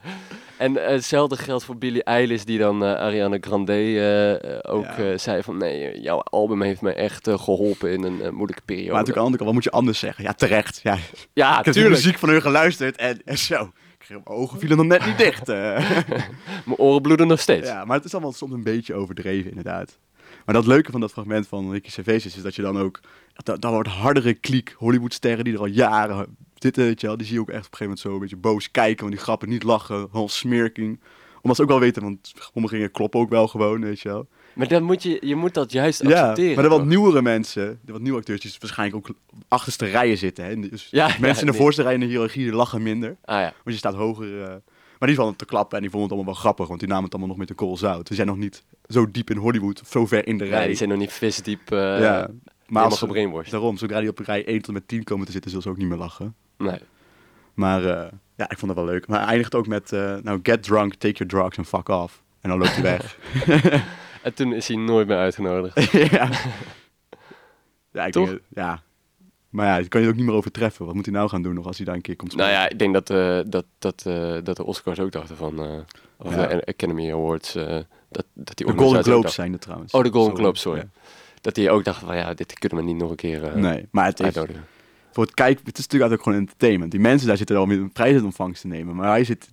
S1: en eh, hetzelfde geldt voor Billie Eilish, die dan eh, Ariana Grande eh, eh, ook
S2: Ja.
S1: eh, zei van... Nee, eh, jouw album heeft me echt eh, geholpen in een eh, moeilijke periode.
S2: Maar natuurlijk aan de andere kant, wat moet je anders zeggen? Ja, terecht. Ja, ik
S1: ja,
S2: heb de
S1: Ah, tuurlijk.
S2: muziek van hun geluisterd en, en zo. Ik mijn ogen vielen nog net niet dicht. eh.
S1: Mijn oren bloeden nog steeds.
S2: Ja, maar het is allemaal soms een beetje overdreven, inderdaad. Maar dat leuke van dat fragment van Ricky Gervais is, is dat je dan ook... Dat, dat wordt hardere kliek Hollywoodsterren die er al jaren zitten, weet je wel. Die zie je ook echt op een gegeven moment zo een beetje boos kijken. Want die grappen niet lachen, gewoon smirking. Omdat ze ook wel weten, want sommige kloppen ook wel gewoon, weet je wel.
S1: Maar dan moet je, je moet dat juist
S2: Ja,
S1: accepteren.
S2: maar de wat
S1: toch?
S2: nieuwere mensen, de wat nieuwe acteurs, die waarschijnlijk ook achterste rijen zitten. Hè? Dus
S1: Ja,
S2: mensen
S1: ja,
S2: in de
S1: die-
S2: voorste rij in de hiërarchie die lachen minder.
S1: Ah ja.
S2: Want je staat hoger. eh. Maar die vallen te klappen en die vonden het allemaal wel grappig. Want die namen het allemaal nog met de kool zout. Ze zijn nog niet zo diep in Hollywood, of zo ver in de
S1: ja,
S2: rij.
S1: die zijn nog niet visdiep eh
S2: ja, maar
S1: helemaal
S2: als ze,
S1: gebrainwashed.
S2: daarom, zodra die op rij 1 tot en met 10 komen te zitten, zullen ze ook niet meer lachen.
S1: Nee.
S2: Maar eh, ja, ik vond het wel leuk. Maar hij eindigt ook met, eh, nou, get drunk, take your drugs and fuck off. En dan loopt hij weg.
S1: En toen is hij nooit meer uitgenodigd.
S2: ja. ja, ik
S1: Toch?
S2: Denk, het- ja. Maar ja, dat kan je ook niet meer overtreffen. Wat moet hij nou gaan doen nog als hij daar een keer komt
S1: nou ja, ik denk dat, eh, dat, dat, eh, dat de Oscars ook dachten van... eh, of
S2: Ja.
S1: de Academy Awards. eh, dat, dat die
S2: De Golden
S1: organisatie ook
S2: Globes
S1: dacht-
S2: zijn er trouwens.
S1: Oh, de Golden
S2: Sorry.
S1: Globes, sorry.
S2: Ja.
S1: Dat die ook dachten van ja, dit kunnen we niet nog een keer eh
S2: Nee, maar het is,
S1: uitnodigen.
S2: voor het kijken, het is natuurlijk ook gewoon entertainment. Die mensen daar zitten wel om een prijs in ontvangst te nemen. Maar wij zitten,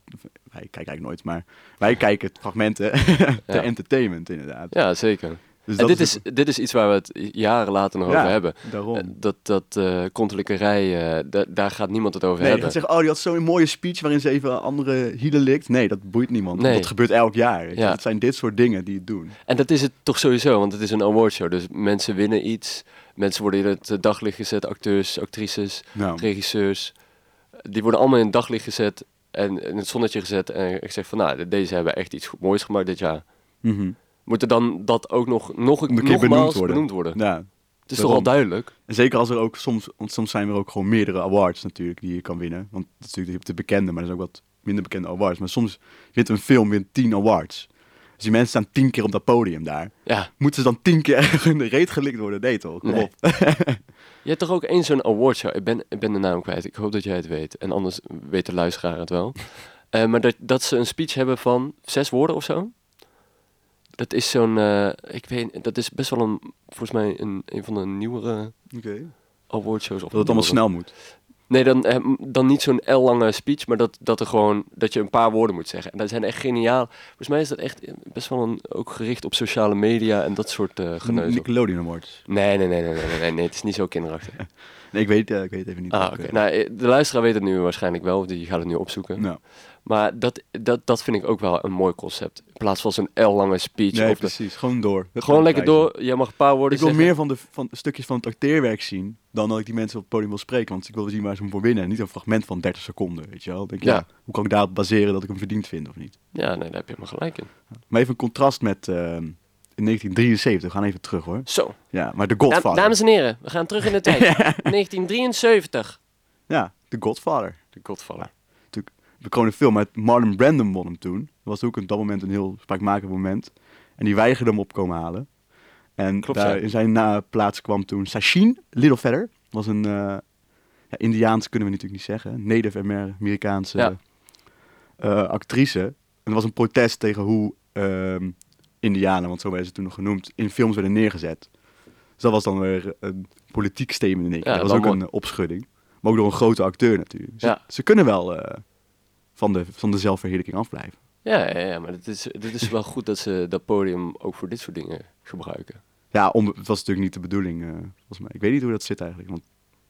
S2: wij kijken eigenlijk nooit, maar wij kijken fragmenten ter
S1: Ja.
S2: entertainment inderdaad.
S1: Ja, zeker.
S2: Dus
S1: en
S2: dat
S1: dit is,
S2: ook-
S1: dit is iets waar we het jaren later nog
S2: Ja,
S1: over hebben.
S2: daarom.
S1: Eh, Dat, dat eh kontelijkerij, eh, da- daar gaat niemand het over
S2: Nee, je
S1: hebben.
S2: gaat zeggen, oh, die had zo'n mooie speech waarin ze even andere hielen likt. Nee, dat boeit niemand. want
S1: Nee.
S2: Dat gebeurt elk jaar. weet je.
S1: Ja.
S2: Het zijn dit soort dingen die het doen.
S1: En dat is het toch sowieso, want het is een awardshow. Dus mensen winnen iets. Mensen worden in het eh, daglicht gezet. Acteurs, actrices,
S2: Nou,
S1: regisseurs. Die worden allemaal in het daglicht gezet en in het zonnetje gezet. En ik zeg van, nou, de- deze hebben echt iets goed- moois gemaakt dit jaar.
S2: mhm.
S1: Moet er dan dat ook nog, nog
S2: Een keer
S1: nogmaals
S2: benoemd
S1: benoemd worden?
S2: worden. ja.
S1: Het is
S2: Daarom.
S1: toch al duidelijk?
S2: En zeker als er ook soms, want soms zijn er ook gewoon meerdere awards natuurlijk die je kan winnen. Want dat is natuurlijk de bekende, maar er zijn ook wat minder bekende awards. Maar soms wint een film wint tien awards. Dus die mensen staan tien keer op dat podium daar.
S1: Ja.
S2: Moeten ze dan tien keer in de reet gelikt worden? Nee toch? Kom
S1: Nee.
S2: op.
S1: Je hebt toch ook één zo'n awardshow. Ik ben, ik ben de naam kwijt. Ik hoop dat jij het weet. En anders weet de luisteraar het wel. Eh, maar dat, dat ze een speech hebben van zes woorden of zo. Dat is zo'n. eh, ik weet, dat is best wel een. Volgens mij een, een van de nieuwere awardshows. Of
S2: Dat het allemaal snel moet.
S1: Nee, dan, eh, m- dan niet zo'n L lange speech, maar dat, dat er gewoon dat je een paar woorden moet zeggen. En dat zijn echt geniaal. Volgens mij is dat echt eh, best wel een, ook gericht op sociale media en dat soort eh geneuzel.
S2: Nickelodeon Awards.
S1: Nee, nee, nee, nee, nee, nee, nee, nee, het is niet zo kinderachtig.
S2: Nee, ik weet, eh, ik weet het even niet.
S1: Ah, oké. Nou, eh, de luisteraar weet het nu waarschijnlijk wel, die gaat het nu opzoeken.
S2: Nou,
S1: Maar dat, dat, dat vind ik ook wel een mooi concept. In plaats van zo'n L-lange speech.
S2: nee,
S1: of de-
S2: precies. Gewoon door. Dat
S1: gewoon
S2: kan
S1: lekker
S2: prijzen.
S1: door, jij mag een paar woorden
S2: Ik wil
S1: zeggen.
S2: meer van de van de stukjes van het acteerwerk zien dan dat ik die mensen op het podium wil spreken. Want ik wil zien waar ze hem voor winnen. En niet een fragment van 30 seconden. Weet je wel? Dan Denk, ik, ja.
S1: Ja.
S2: hoe kan ik daarop baseren dat ik hem verdiend vind of niet?
S1: Ja, nee, daar heb je me gelijk in.
S2: Maar even een contrast met eh, in 1973. We gaan even terug hoor.
S1: Zo,
S2: Ja, maar The
S1: Dam-
S2: Godfather.
S1: dames en heren, we gaan terug in de tijd. 1973.
S2: Ja, The Godfather.
S1: De Godvaller.
S2: natuurlijk bekroonde film. Maar Marlon Brandon won hem toen. Dat was ook op dat moment een heel spraakmakend moment. En die weigerde hem op komen halen. En
S1: Klopt,
S2: daar
S1: ja.
S2: in zijn na plaats kwam toen Sachin Littlefeller. was een eh, ja, Indiaans, kunnen we natuurlijk niet zeggen. Native Amer- Amerikaanse
S1: Ja.
S2: eh, actrice. En dat was een protest tegen hoe ehm, Indianen, want zo werden ze toen nog genoemd, in films werden neergezet. Dus dat was dan weer een politiek statement in één keer.
S1: Ja,
S2: dat was
S1: wel
S2: ook
S1: mooi.
S2: een eh, opschudding. Maar ook door een grote acteur natuurlijk. Ze,
S1: Ja.
S2: ze kunnen wel eh, van, de, van de zelfverheerlijking afblijven.
S1: Ja, ja, ja, maar dit is, dit is wel goed dat ze dat podium ook voor dit soort dingen gebruiken.
S2: Ja, om, het was natuurlijk niet de bedoeling, eh, volgens mij. Ik weet niet hoe dat zit eigenlijk, want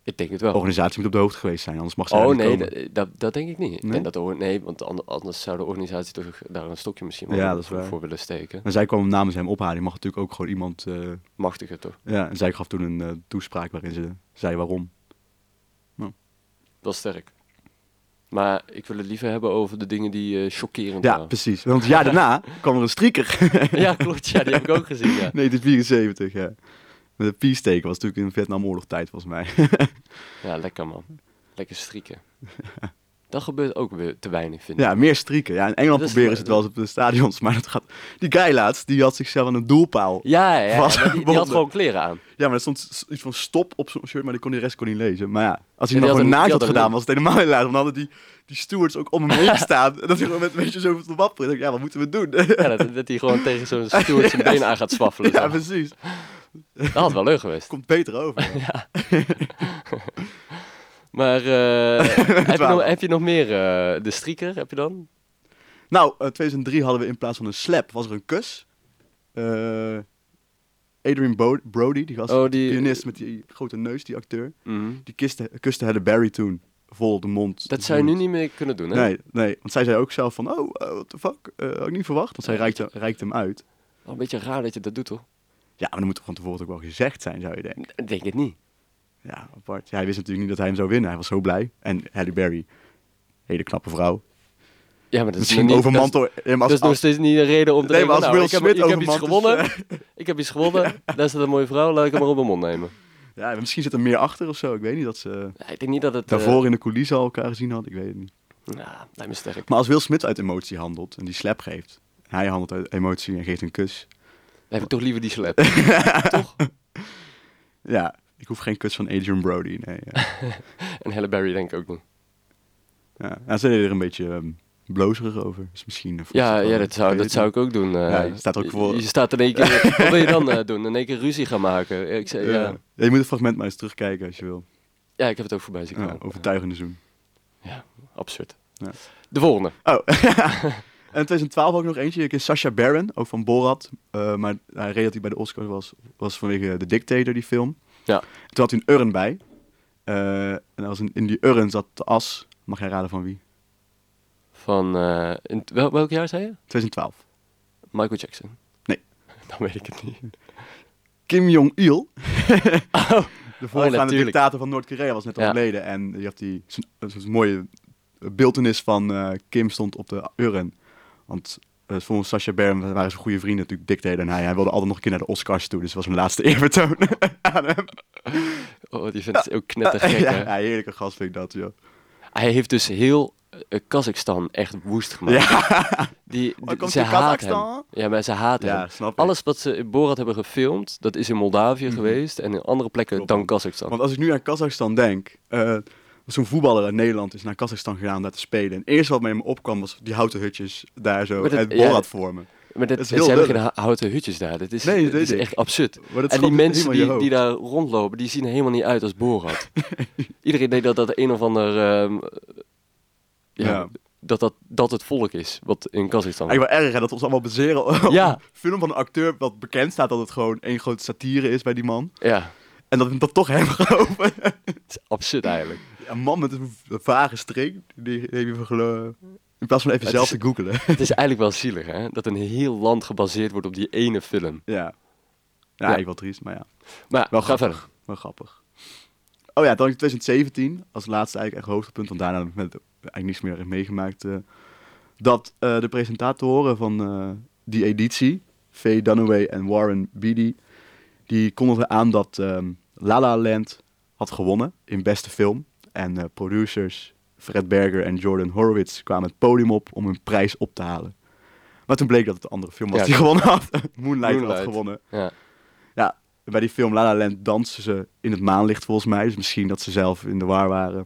S1: Ik denk het
S2: de
S1: wel.
S2: organisatie moet op de hoogte geweest zijn, anders mag ze daar
S1: Oh
S2: niet
S1: nee,
S2: komen.
S1: dat, dat, dat denk ik niet. Ik
S2: Nee?
S1: denk dat de or- nee, want an- anders zou de organisatie toch daar een stokje misschien wel
S2: Ja,
S1: voor-
S2: dat is
S1: voor,
S2: waar.
S1: voor willen steken.
S2: En zij kwam namens hem ophalen. Die mag natuurlijk ook gewoon iemand... eh,
S1: Machtiger toch?
S2: ja, en zij gaf toen een eh, toespraak waarin ze zei waarom.
S1: Wel sterk. Maar ik wil het liever hebben over de dingen die eh, chockerend
S2: Ja,
S1: waren.
S2: precies. Want het jaar daarna kwam er een strieker.
S1: ja, klopt. Ja, die heb ik ook gezien. Ja.
S2: 1974, ja. Met een peace teken was natuurlijk in Vietnamoorlog tijd, volgens mij.
S1: ja, lekker man. Lekker strieken. Dat gebeurt ook weer te weinig, vind ik.
S2: Ja, meer strieken. Ja, in Engeland
S1: Dat is
S2: proberen ze
S1: wel-
S2: het wel eens op de stadions, maar dat gaat... Die guy laatst, die had zichzelf aan een doelpaal.
S1: Ja, ja, ja,
S2: Was-
S1: maar die, die had gewoon kleren aan.
S2: Ja, maar er stond s- iets van stop op zo'n shirt, maar die kon de rest kon niet lezen. Maar ja, als
S1: Ja, die
S2: hij
S1: had
S2: nog een
S1: een-
S2: naakt
S1: die had
S2: had
S1: een
S2: gedaan,
S1: link.
S2: was het helemaal helaas. Want dan hadden die, die stewards ook om hem heen gestaan. En dat hij gewoon met een beetje zo te wapperen. Ik dacht, Ja, wat moeten we doen?
S1: Ja, dat, dat hij gewoon tegen zo'n steward zijn been aan gaat swaffelen.
S2: ja,
S1: zo.
S2: precies.
S1: Dat had wel leuk geweest.
S2: Komt beter over. ja.
S1: Maar eh, heb, je
S2: Twaalf.
S1: nog, heb je nog meer? eh, de strieker heb je dan?
S2: Nou, eh, 2003 hadden we in plaats van een slap, was er een kus. Eh, Adrian Bo- Brody, die gast,
S1: Oh, die-
S2: pianist met die grote neus, die acteur.
S1: Mhm.
S2: Die kiste, kuste Halle Berry toen vol op de mond.
S1: Dat zou je nu niet meer kunnen doen, hè?
S2: Nee, nee, want zij zei ook zelf van, oh, eh, what the fuck, eh, had ik niet verwacht. Want zij reikte, reikte hem uit.
S1: Wel een beetje raar dat je dat doet, toch?
S2: Ja, maar dan moet er van tevoren ook wel gezegd zijn, zou je denken.
S1: Ik denk het niet.
S2: Ja, apart. Ja, hij wist natuurlijk niet dat hij hem zou winnen. Hij was zo blij. En Halle Berry, hele knappe vrouw.
S1: Ja, maar dat
S2: Misschien
S1: is nog niet, dat
S2: overmantelt hem
S1: is, dat
S2: als,
S1: is Dus nog steeds niet een reden om te
S2: Nee,
S1: denken,
S2: maar als
S1: nou,
S2: Will
S1: ik heb,
S2: Smith
S1: ik heb iets
S2: overmand is,
S1: gewonnen, ik heb iets gewonnen, daar staat een mooie vrouw, laat ik hem maar op mijn mond nemen.
S2: Ja, misschien zit er meer achter of zo. Ik weet niet dat ze
S1: Ja, ik denk niet dat het... eh,
S2: daarvoor in de coulissen al elkaar gezien hadden. Ik weet het niet.
S1: ja, lijkt me sterk.
S2: Maar als Will Smith uit emotie handelt en die slap geeft. en Hij handelt uit emotie en geeft een kus.
S1: Dan heb ik toch liever die slap.
S2: Ja, ik hoef geen kus van Adrian Brody. Nee, ja.
S1: en Halle Berry denk ik ook niet.
S2: ja. Nou, ze deden er een beetje ehm, blozerig over. Dus misschien... eh, vond ze
S1: Ja,
S2: het wel-
S1: ja dat, zou,
S2: weet
S1: dat
S2: het
S1: zou
S2: niet.
S1: ik ook doen. eh.
S2: Ja, je staat ook voor-
S1: Je, je staat in één keer... wat wil je dan eh, doen? In één keer ruzie gaan maken? Ik zei,
S2: Ja.
S1: ja. Ja.
S2: Ja, je moet het fragment maar eens terugkijken als je wil.
S1: ik heb het ook voorbij zien
S2: Ja,
S1: komen.
S2: overtuigende zoen.
S1: Absurd.
S2: Ja.
S1: De volgende.
S2: Oh, en 2012 ook nog eentje. Ik is Sacha Baron, ook van Borat. Eh, maar hij reden dat hij bij de Oscars was, was vanwege The Dictator, die film.
S1: Ja.
S2: En toen had hij een urn bij. Eh, en als in, in die urn zat de as, mag jij raden van wie?
S1: Van... eh, in, wel- welk jaar zei je?
S2: 2012.
S1: Michael Jackson.
S2: Nee.
S1: Dan weet ik het niet.
S2: Kim Jong-il. de
S1: Oh. natuurlijk.
S2: voorgaande dictator van Noord-Korea was net
S1: Ja.
S2: overleden. En die had die, zijn, zijn mooie beeldenis van eh, Kim stond op de urn. Want eh, volgens Sacha Baron waren ze goede vrienden natuurlijk, dictator en hij. Hij wilde altijd nog een keer naar de Oscars toe, dus het was een laatste eerbetoon aan hem.
S1: Oh, die vindt het ook knettergek,
S2: ja,
S1: hè?
S2: ja, heerlijke gast vind ik dat, joh.
S1: Hij heeft dus heel eh, Kazachstan echt woest gemaakt. Die,
S2: Waar komt
S1: ze
S2: die
S1: haat hem.
S2: Kazachstan?
S1: Ja, maar ze haat
S2: Ja,
S1: hem.
S2: snap ik. Mhm.
S1: Alles wat ze in Borat hebben gefilmd, dat is in Moldavië geweest en in andere plekken
S2: Klopt.
S1: dan Kazachstan.
S2: Want als ik nu aan Kazachstan denk, eh, zo'n voetballer uit Nederland is naar Kazachstan gegaan om daar te spelen. En het eerste wat mij in me opkwam was die houten hutjes daar zo,
S1: Maar dat-
S2: en
S1: ja,
S2: Borat vormen.
S1: maar dat,
S2: dat is
S1: ze
S2: heel
S1: hebben geen
S2: lullig.
S1: hou- houten hutjes daar. Dat is,
S2: Nee, dat
S1: dat
S2: weet
S1: is
S2: ik.
S1: echt absurd.
S2: Maar dat
S1: En die
S2: schoot
S1: mensen
S2: helemaal in
S1: die,
S2: je
S1: die
S2: hoofd.
S1: daar rondlopen, die zien er helemaal niet uit als Borat. Iedereen denkt dat dat een of ander... ehm, ja,
S2: Ja.
S1: Dat, dat, dat het volk is, wat in Kazachstan...
S2: Eigenlijk wel erg hè, dat we ons allemaal bezeren op
S1: Oh. Ja.
S2: een film van een acteur wat bekend staat dat het gewoon één grote satire is bij die man.
S1: Ja,
S2: En dat we dat toch hebben geloven.
S1: het is absurd eigenlijk.
S2: Een man met een vage string, die heb je van gelo- In plaats van even
S1: Het
S2: zelf
S1: is-
S2: te googelen.
S1: Het is eigenlijk wel zielig, hè? Dat een heel land gebaseerd wordt op die ene film.
S2: ja.
S1: Ja.
S2: Ja, eigenlijk wel triest, maar ja.
S1: Maar
S2: Wel
S1: ga
S2: grappig.
S1: verder.
S2: Wel grappig. Oh ja, dan 2017, als laatste eigenlijk echt hoogtepunt, want daarna heb ik met- eigenlijk niets meer meegemaakt. eh, dat eh, de presentatoren van eh, die editie, Faye Dunaway en Warren Beatty, die kondigden aan dat ehm La La Land had gewonnen in beste film. En eh, producers Fred Berger en Jordan Horowitz kwamen het podium op om hun prijs op te halen. Maar toen bleek dat het een andere film was
S1: Ja,
S2: die
S1: klopt.
S2: gewonnen had. Moonlight had
S1: Moonlight.
S2: gewonnen.
S1: Ja.
S2: Ja, bij die film La La Land dansen ze in het maanlicht volgens mij. Dus misschien dat ze zelf in de waar waren.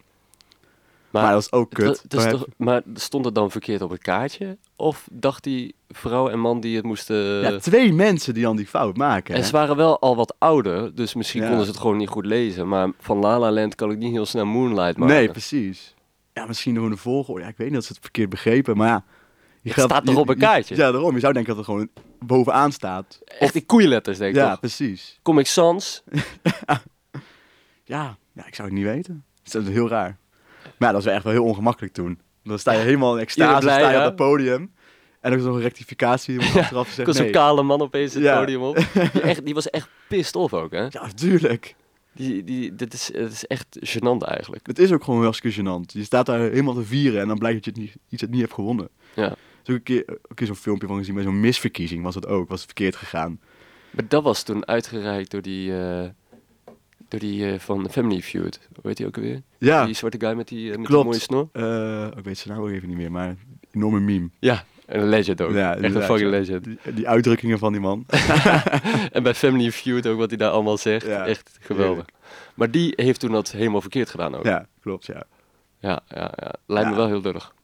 S2: Maar, dat is ook
S1: het wa-
S2: kut.
S1: het is
S2: Dan heb-
S1: toch- maar stond het dan verkeerd op het kaartje? Of dacht die vrouw en man die het moesten...
S2: ja, twee mensen die dan die fout maken.
S1: eh, en
S2: hè?
S1: ze waren wel al wat ouder, dus misschien
S2: Ja.
S1: konden ze het gewoon niet goed lezen. Maar van La La Land kan ik niet heel snel Moonlight maken.
S2: Nee, precies. Ja, misschien gewoon de volgorde. oh, Ja, ik weet niet dat ze het verkeerd begrepen, maar ja. Je
S1: Het staat toch op een
S2: je-
S1: kaartje?
S2: ja, daarom. Je zou denken dat het gewoon bovenaan staat.
S1: Echt die koeienletters, denk ik
S2: ja,
S1: toch?
S2: precies.
S1: Comic Sans.
S2: Ja. ja, ik zou het niet weten. Het is heel raar. Maar ja, dat was echt wel heel ongemakkelijk toen. Dan sta je helemaal in extase,
S1: Iedereen blij,
S2: sta je
S1: hè?
S2: op het podium. En dan is er nog een rectificatie. die wordt achteraf gezegd,
S1: Kon zo'n
S2: nee.
S1: kale man opeens het
S2: Ja.
S1: podium op. Die, echt, die was echt pissed off ook, hè?
S2: Ja, tuurlijk.
S1: Die, die, dit is, het is echt gênant eigenlijk.
S2: Het is ook gewoon wel hartstikke gênant. Je staat daar helemaal te vieren en dan blijkt dat je het niet, iets het niet hebt gewonnen.
S1: Ja.
S2: Er is ook een keer, ook een keer zo'n filmpje van gezien bij zo'n misverkiezing was dat ook. Was het verkeerd gegaan.
S1: Maar dat was toen uitgereikt door die, eh, door die eh, van Family Feud. Hoe heet die ook alweer?
S2: Ja,
S1: Die zwarte guy met die, eh, met die
S2: Klopt.
S1: mooie snor.
S2: eh, ik weet ze nou ook even niet meer, maar een enorme meme.
S1: Ja, een legend ook.
S2: Ja,
S1: Echt een
S2: inderdaad,
S1: fucking
S2: ja.
S1: legend.
S2: Die, die uitdrukkingen van die man.
S1: En bij Family Feud ook wat hij daar allemaal zegt.
S2: Ja,
S1: Echt geweldig. Maar die heeft toen dat helemaal verkeerd gedaan ook. Ja,
S2: ja, klopt, ja.
S1: ja, ja. Lijkt me
S2: Ja.
S1: wel heel lullig.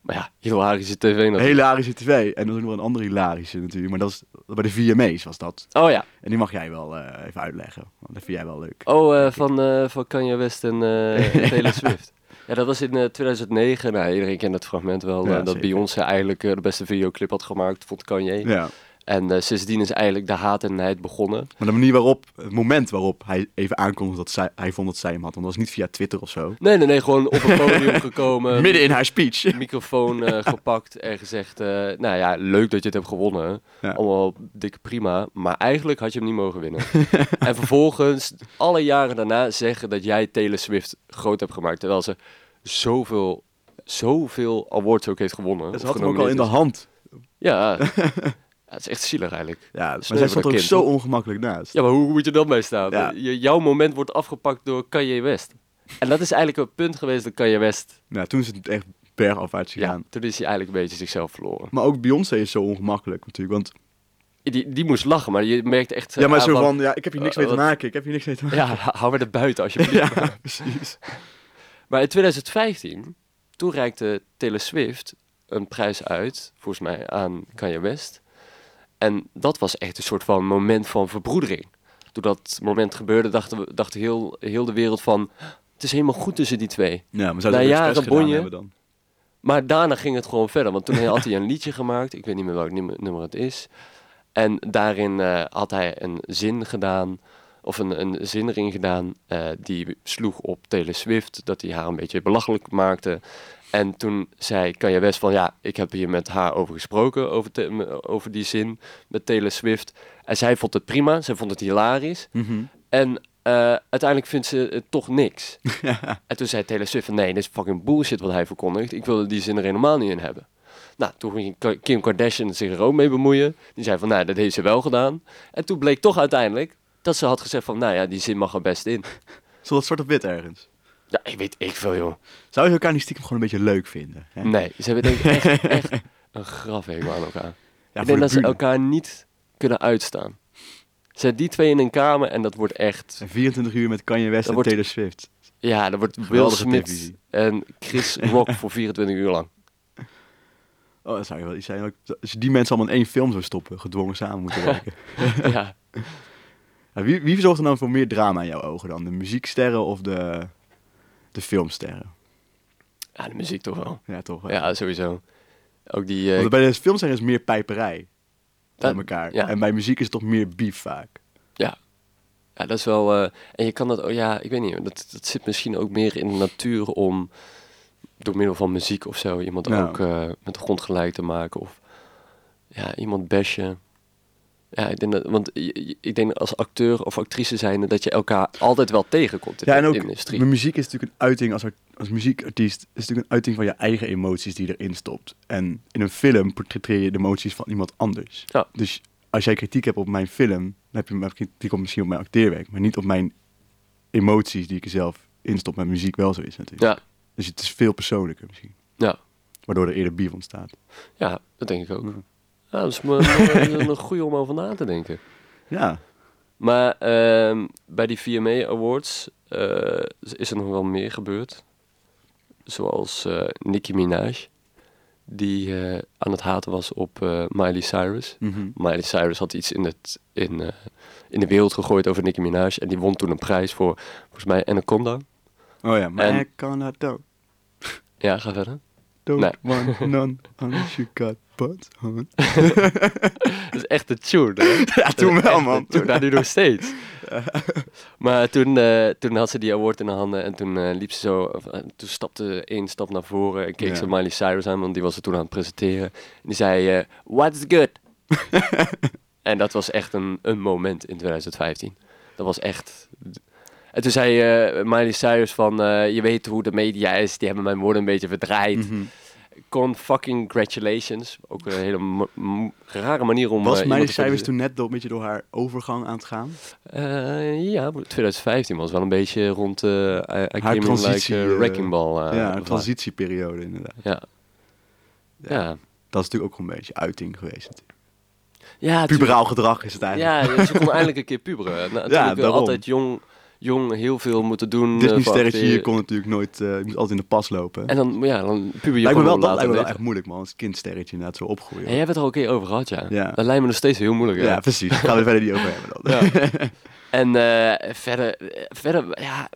S1: Maar ja, hilarische tv natuurlijk.
S2: Hilarische tv. En dan is ook nog een andere hilarische natuurlijk. Maar dat is bij de VMA's was dat.
S1: Oh ja.
S2: En die mag jij wel eh, even uitleggen. Want dat vind jij wel leuk.
S1: Oh, eh, van, eh, van Kanye West en eh, en Taylor Swift. Ja, dat was in eh, 2009. Nou, iedereen kent het fragment wel.
S2: Ja,
S1: eh, dat
S2: zeker.
S1: Beyoncé eigenlijk eh, de beste videoclip had gemaakt, vond Kanye.
S2: Ja.
S1: En eh, sindsdien is eigenlijk de haat en neid begonnen.
S2: Maar de manier waarop, het moment waarop hij even aankondigde dat zij, hij vond dat zij hem had. Want dat was niet via Twitter of zo.
S1: Nee, nee, nee, gewoon op een podium gekomen.
S2: Midden in haar speech.
S1: microfoon eh, gepakt en gezegd, eh, nou ja, leuk dat je het hebt gewonnen.
S2: Ja.
S1: Allemaal dikke prima, maar eigenlijk had je hem niet mogen winnen. en vervolgens, alle jaren daarna, zeggen dat jij Taylor Swift groot hebt gemaakt. Terwijl ze zoveel, zoveel awards ook heeft gewonnen.
S2: Dat
S1: of
S2: had hem ook al in de
S1: genomineerd
S2: hand.
S1: is. Ja. ja, het is echt zielig eigenlijk.
S2: Ja, maar
S1: Sneu voor
S2: zij
S1: dat
S2: stond er ook
S1: kind,
S2: zo
S1: toch?
S2: ongemakkelijk naast.
S1: Ja, maar hoe moet je dan mee staan?
S2: Ja.
S1: Je- jouw moment wordt afgepakt door Kanye West. En dat is eigenlijk het punt geweest dat Kanye West...
S2: Nou, toen is het echt bergafwaarts
S1: Ja,
S2: gegaan.
S1: toen is hij eigenlijk een beetje zichzelf verloren.
S2: Maar ook Beyoncé is zo ongemakkelijk natuurlijk. Want,
S1: Die, die moest lachen, maar je merkt echt...
S2: ja, maar
S1: aan
S2: zo van, ja, ik heb hier niks
S1: eh,
S2: mee te
S1: wat-
S2: maken. Ik heb hier niks mee te maken.
S1: Ja, hou me er buiten alsjeblieft.
S2: Ja, precies.
S1: Maar in 2015, toen reikte Taylor Swift een prijs uit, volgens mij, aan Kanye West. En dat was echt een soort van moment van verbroedering. Toen dat moment gebeurde, dachten we, dacht heel, heel de wereld van... Het is helemaal goed tussen die twee.
S2: Ja, maar zou ze
S1: Na
S2: dat expres
S1: jaren
S2: gedaan
S1: bonje.
S2: hebben dan?
S1: Maar daarna ging het gewoon verder. Want toen had hij een liedje gemaakt. Ik weet niet meer welk nummer, nummer het is. En daarin eh, had hij een zin gedaan. Of een, een zin erin gedaan. eh, die sloeg op Taylor Swift. Dat hij haar een beetje belachelijk maakte. En toen zei Kanye West van... Ja, ik heb hier met haar over gesproken. Over, te- m- over die zin met Taylor Swift. En zij vond het prima. Zij vond het hilarisch. En eh, uiteindelijk vindt ze het toch niks. En toen zei Taylor Swift van nee, dit is fucking bullshit wat hij verkondigt. Ik wilde die zin er helemaal niet in hebben. Nou, toen ging Ka- Kim Kardashian zich er ook mee bemoeien. Die zei van, nou, dat heeft ze wel gedaan. En toen bleek toch uiteindelijk dat ze had gezegd van, nou ja, die zin mag er best in.
S2: Zo dat zwart op wit ergens.
S1: Ja, ik weet, ik veel joh.
S2: Zou je elkaar niet stiekem gewoon een beetje leuk vinden? Hè?
S1: Nee, ze hebben denk ik echt, echt een grafhekel aan elkaar.
S2: Ja,
S1: ik
S2: voor
S1: denk
S2: de
S1: dat ze
S2: bühne.
S1: elkaar niet kunnen uitstaan. Zet die twee in een kamer en dat wordt echt...
S2: En 24 uur met Kanye West
S1: Dat
S2: en
S1: wordt-
S2: Taylor Swift.
S1: Ja, dat wordt Will
S2: Geweldige
S1: Smith
S2: televisie.
S1: en Chris Rock voor 24 uur lang.
S2: Oh, dat zou je wel iets zijn. Als je die mensen allemaal in één film zou stoppen, gedwongen samen moeten werken.
S1: Ja.
S2: Ja, wie, wie zorgt er dan voor meer drama in jouw ogen dan? De muzieksterren of de, de filmsterren?
S1: Ja, de muziek toch wel.
S2: Ja, toch? hè?
S1: Ja, sowieso. Ook die... eh,
S2: Want bij de filmsterren is dus meer pijperij
S1: Dat-
S2: aan elkaar.
S1: ja.
S2: En bij muziek is het toch meer beef vaak.
S1: ja. ja, dat is wel... eh, en je kan dat... Oh, ja, ik weet niet. Dat, dat zit misschien ook meer in de natuur om... Door middel van muziek of zo. Iemand
S2: Ja.
S1: ook eh, met de grond gelijk te maken. Of ja, iemand bashen. Ja, ik denk dat, want je- je- ik denk dat als acteur of actrice zijnde... dat je elkaar altijd wel tegenkomt in,
S2: Ja, en
S1: de
S2: ook
S1: industrie.
S2: met muziek is natuurlijk een uiting als, art- als muziekartiest. Is natuurlijk een uiting van je eigen emoties die je erin stopt. En in een film portretteer je de emoties van iemand anders.
S1: Ja.
S2: Dus als jij kritiek hebt op mijn film, dan heb je mijn kritiek op misschien op mijn acteerwerk, maar niet op mijn emoties die ik er zelf instop. Met muziek wel zo is natuurlijk.
S1: Ja,
S2: Dus het is veel persoonlijker misschien,
S1: ja,
S2: waardoor er eerder beef ontstaat.
S1: ja, dat denk ik ook.
S2: Ja.
S1: Ja, dat is me- een, een goede om over na te denken.
S2: Ja,
S1: Maar ehm, bij die VMA Awards eh, is er nog wel meer gebeurd. Zoals eh Nicki Minaj, die eh, aan het haten was op eh, Miley Cyrus.
S2: Mhm.
S1: Miley Cyrus had iets in, het, in, eh, in de wereld gegooid over Nicki Minaj. En die won toen een prijs voor, volgens mij, Anaconda.
S2: oh ja, maar
S1: En-
S2: I cannot don't,
S1: Ja, ga verder.
S2: don't
S1: Nee.
S2: want none unless you got butt on.
S1: Dat is echt de tune, hè?
S2: Ja, toen wel man.
S1: Toen, nou, nu nog steeds. maar toen, eh, toen had ze die award in de handen en toen eh, liep ze zo, of, eh, toen stapte ze één stap naar voren en keek
S2: Ja.
S1: ze Miley Cyrus aan, want die was ze toen aan het presenteren. En die zei, eh, what's good? en dat was echt een, een moment in 2015. Dat was echt... En toen zei eh, Miley Cyrus van, eh, je weet hoe de media is, die hebben mijn woorden een beetje verdraaid.
S2: Mhm.
S1: Con fucking congratulations. Ook een hele mo- mo- rare manier om...
S2: Was
S1: eh,
S2: Miley
S1: iemand te
S2: Cyrus toen net door, een beetje door haar overgang aan het gaan?
S1: Eh, ja, 2015 was wel een beetje rond eh I, I Came in
S2: transitie,
S1: Like a
S2: eh,
S1: Wrecking Ball. eh,
S2: ja, een
S1: of-
S2: transitieperiode inderdaad.
S1: Ja.
S2: Ja.
S1: Ja.
S2: Dat is natuurlijk ook een beetje uiting geweest. natuurlijk.
S1: Ja,
S2: Puberaal gedrag is het eigenlijk.
S1: Ja, ze kon eindelijk een keer puberen. Nou, natuurlijk eh,
S2: daarom.
S1: altijd jong, jong heel veel moeten doen. eh,
S2: Disney
S1: voor
S2: sterretje
S1: acteren.
S2: hier kon natuurlijk nooit... eh ik moet altijd in de pas lopen.
S1: En dan, ja, dan puber je
S2: lijkt me wel,
S1: gewoon
S2: dat lijkt
S1: later
S2: me wel
S1: weten.
S2: echt moeilijk, man. Als kindsterretje inderdaad zo opgroeien.
S1: En jij hebt het er al een keer over gehad, ja.
S2: Ja.
S1: Dat lijkt me nog steeds heel moeilijk.
S2: ja.
S1: hè.
S2: precies. Daar gaan we verder niet over hebben dan.
S1: Ja. En eh, verder, eh, verder, ja,
S2: Ja,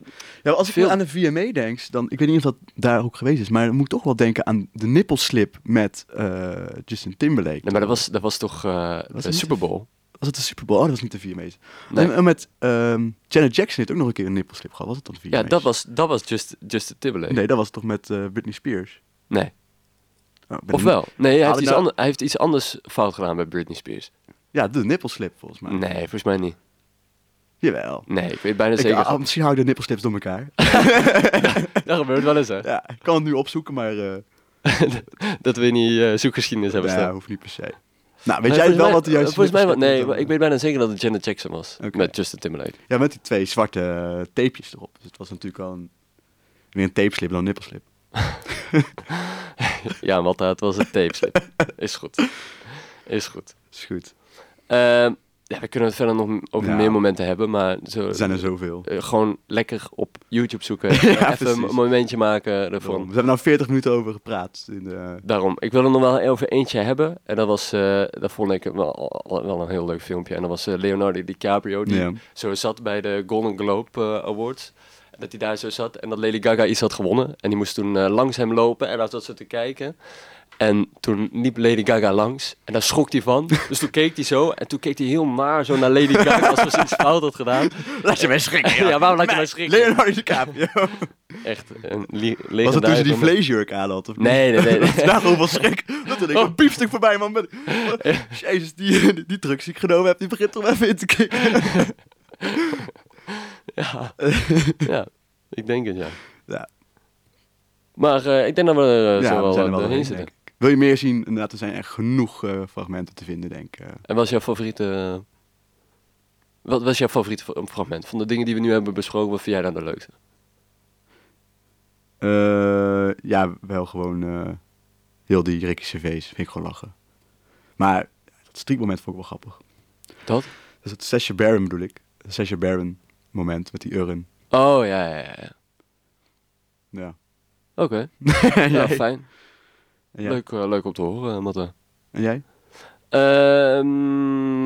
S2: maar als ik
S1: Veel-
S2: nu aan de VMA denk, dan, ik weet niet of dat daar ook geweest is, maar dan moet ik toch wel denken aan de nippelslip met eh, Justin Timberlake.
S1: nee, maar dat was, dat was toch eh
S2: was
S1: de
S2: niet-
S1: Super Bowl?
S2: Was het de Super Bowl? Oh, dat was niet de VMA's.
S1: Nee.
S2: En, en met ehm, Janet Jackson heeft ook nog een keer een nippelslip gehad. Was het dan de VMA's?
S1: Ja, dat was, dat was just, just Timberlake.
S2: Nee, dat was toch met eh, Britney Spears?
S1: Nee.
S2: Oh, ben ik
S1: Of wel? Nee, hij heeft,
S2: Hadden
S1: iets
S2: nou-
S1: ander- hij heeft iets anders fout gedaan bij Britney Spears.
S2: niet- Ja, de nippelslip volgens mij.
S1: Nee, volgens mij niet.
S2: Jawel.
S1: Nee, ik weet bijna
S2: Ik,
S1: zeker.
S2: ah, misschien hou ik de nippelslips door elkaar.
S1: dat gebeurt wel eens, hè?
S2: ja, ik kan het nu opzoeken, maar eh
S1: Dat we niet eh, zoekgeschiedenis hebben
S2: nou,
S1: staan.
S2: hoeft niet per se. Nou,
S1: Maar
S2: weet jij
S1: volgens
S2: wel
S1: mij-
S2: wat de juiste
S1: Volgens mij, wel- nee,
S2: nippelslip
S1: maar
S2: is
S1: ik
S2: dan?
S1: weet bijna zeker dat het Janet Jackson was.
S2: Oké.
S1: Met Justin Timberlake.
S2: Ja, met die twee zwarte eh, tapejes erop. Dus het was natuurlijk al een, weer een tapeslip dan een nippelslip.
S1: Ja, want het was een tapeslip. Is goed. Is goed.
S2: Is goed.
S1: Ehm, ja, we kunnen het verder nog over
S2: Ja.
S1: meer momenten hebben, maar zo,
S2: Er zijn er zoveel.
S1: eh, gewoon lekker op YouTube zoeken.
S2: Ja,
S1: even
S2: precies.
S1: een momentje maken
S2: We
S1: ervan.
S2: hebben nou 40 minuten over gepraat. In de,
S1: Daarom, ik wil er nog wel over eentje hebben. En dat was, eh, dat vond ik wel, wel een heel leuk filmpje. En dat was eh, Leonardo DiCaprio, Oh, die
S2: Ja.
S1: zo zat bij de Golden Globe eh, Awards. En Dat hij daar zo zat en dat Lady Gaga iets had gewonnen. En die moest toen eh, langs hem lopen en daar zat ze te kijken. En toen liep Lady Gaga langs en daar schrok hij van. Dus toen keek hij zo en toen keek hij heel naar zo naar Lady Gaga als ze iets fout had gedaan.
S2: Laat je mij schrikken,
S1: Ja, waarom laat je mij schrikken?
S2: Leonardo DiCaprio.
S1: Echt een li-
S2: Was het toen ze die
S1: legendarisch moment.
S2: vleesjurk aan had? Of niet?
S1: Nee, nee, Oh. nee. nee.
S2: Daar hoeveel schrik. Dat had ik een piepstuk voorbij, man. Ben- Jezus, die, die, drugs die ik genomen heb, die begint toch even in te kicken.
S1: Ja. ja, ik denk het, ja.
S2: Ja.
S1: Maar eh, ik denk dat we er eh, zo wel,
S2: er
S1: eh, doorheen
S2: doorheen,
S1: zitten.
S2: denk ik. Wil je meer zien? Inderdaad, er zijn echt genoeg eh, fragmenten te vinden, denk ik. eh.
S1: En wat is jouw favoriete... eh, Wat was jouw favoriete fra- fragment? Van de dingen die we nu hebben besproken, wat vind jij dan de leukste?
S2: Eh, ja, wel gewoon eh, heel die Ricky Gervais. Vind ik gewoon lachen. Maar dat streetmoment vond ik wel grappig.
S1: Dat?
S2: Dat is het Sasha Baron bedoel ik. Het Sasha Baron moment met die urn.
S1: Oh, ja, ja, ja. ja.
S2: Ja.
S1: Oké,
S2: en
S1: ja,
S2: jij?
S1: fijn.
S2: En jij?
S1: Leuk, eh, leuk om te horen, eh, Matte.
S2: En jij?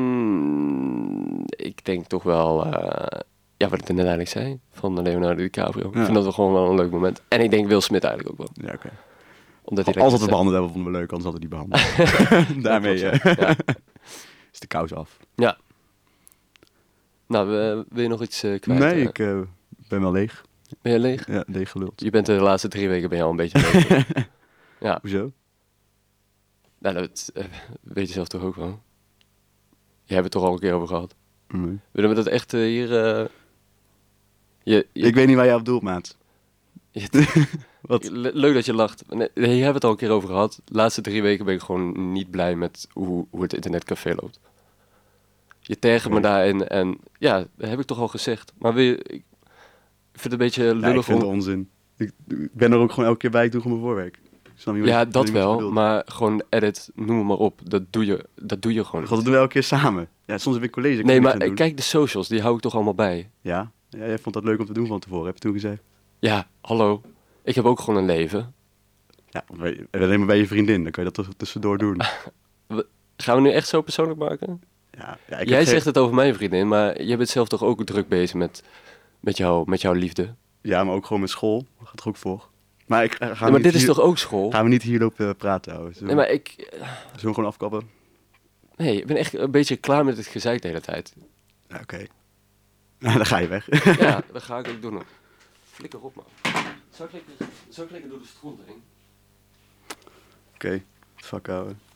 S1: Ehm, ik denk toch wel... eh, ja, wat ik net eigenlijk zei, van Leonardo DiCaprio. Ik
S2: Ja.
S1: vind dat wel gewoon wel een leuk moment. En ik denk Wil Smit eigenlijk ook wel.
S2: Ja, oké.
S1: Omdat hij
S2: Als dat
S1: lekker-
S2: we behandeld hebben, vonden we leuk. Anders hadden we het niet behandeld. Daarmee
S1: Ja,
S2: eh,
S1: klopt, ja. Ja.
S2: is de kous af.
S1: Ja. Nou, we- wil je nog iets eh, kwijt?
S2: nee,
S1: eh?
S2: ik eh, ben wel leeg.
S1: Ben je leeg?
S2: Ja, leeg geluld.
S1: Je bent de laatste drie weken ben je al een beetje leeg. ja,
S2: Hoezo?
S1: nou, dat eh, weet je zelf toch ook wel? Je hebt het toch al een keer over gehad.
S2: Nee.
S1: Willen we dat echt eh, hier... eh, je, je-
S2: Ik weet niet waar jij op doelt, maat.
S1: je-
S2: Wat?
S1: Le- leuk dat je lacht. Nee, je hebt het al een keer over gehad. De laatste drie weken ben ik gewoon niet blij met hoe, hoe het internetcafé loopt. Je tergt me
S2: Oké.
S1: daarin en ja, dat heb ik toch al gezegd. Maar wil je, ik vind het een beetje
S2: Ja, ik
S1: lullig
S2: vind
S1: om
S2: het onzin. Ik, ik ben er ook gewoon elke keer bij. Ik doe gewoon mijn voorwerk. Ik Snap niet wat je-
S1: Ja,
S2: ik snap
S1: dat
S2: niet wat je
S1: wel,
S2: bedoelt.
S1: maar gewoon edit, noem het maar op. Dat doe je, dat doe je gewoon.
S2: God, dat doen we elke keer samen. Ja, soms heb ik college.
S1: nee, maar
S2: ik
S1: kijk de socials, die hou ik toch allemaal bij.
S2: Ja? ja, jij vond dat leuk om te doen van tevoren, heb je toen gezegd.
S1: Ja, hallo. Ik heb ook gewoon een leven.
S2: Ja, bij- alleen maar bij je vriendin, dan kan je dat toch tussendoor doen.
S1: Ah. Gaan we nu echt zo persoonlijk maken?
S2: Ja, ja, ik
S1: Jij
S2: heb geen-
S1: zegt het over mijn vriendin, maar jij bent zelf toch ook druk bezig met, met, jou, met jouw liefde?
S2: Ja, maar ook gewoon met school. Daar gaat er ook voor. Maar, ik, eh, gaan
S1: Nee,
S2: we
S1: maar
S2: niet
S1: dit is
S2: hier-
S1: toch ook school?
S2: Gaan we niet hierop eh, praten, ouwe. Zullen,
S1: Nee, maar ik,
S2: we- zullen we gewoon afkappen?
S1: nee, ik ben echt een beetje klaar met het gezeik de hele tijd.
S2: Ja, oké. Nou, dan ga je weg.
S1: Ja, dat ga ik ook doen. hoor. Flikker op, man. Zou ik lekker, zou ik lekker door de stront heen?
S2: Oké, fuck, ouwe.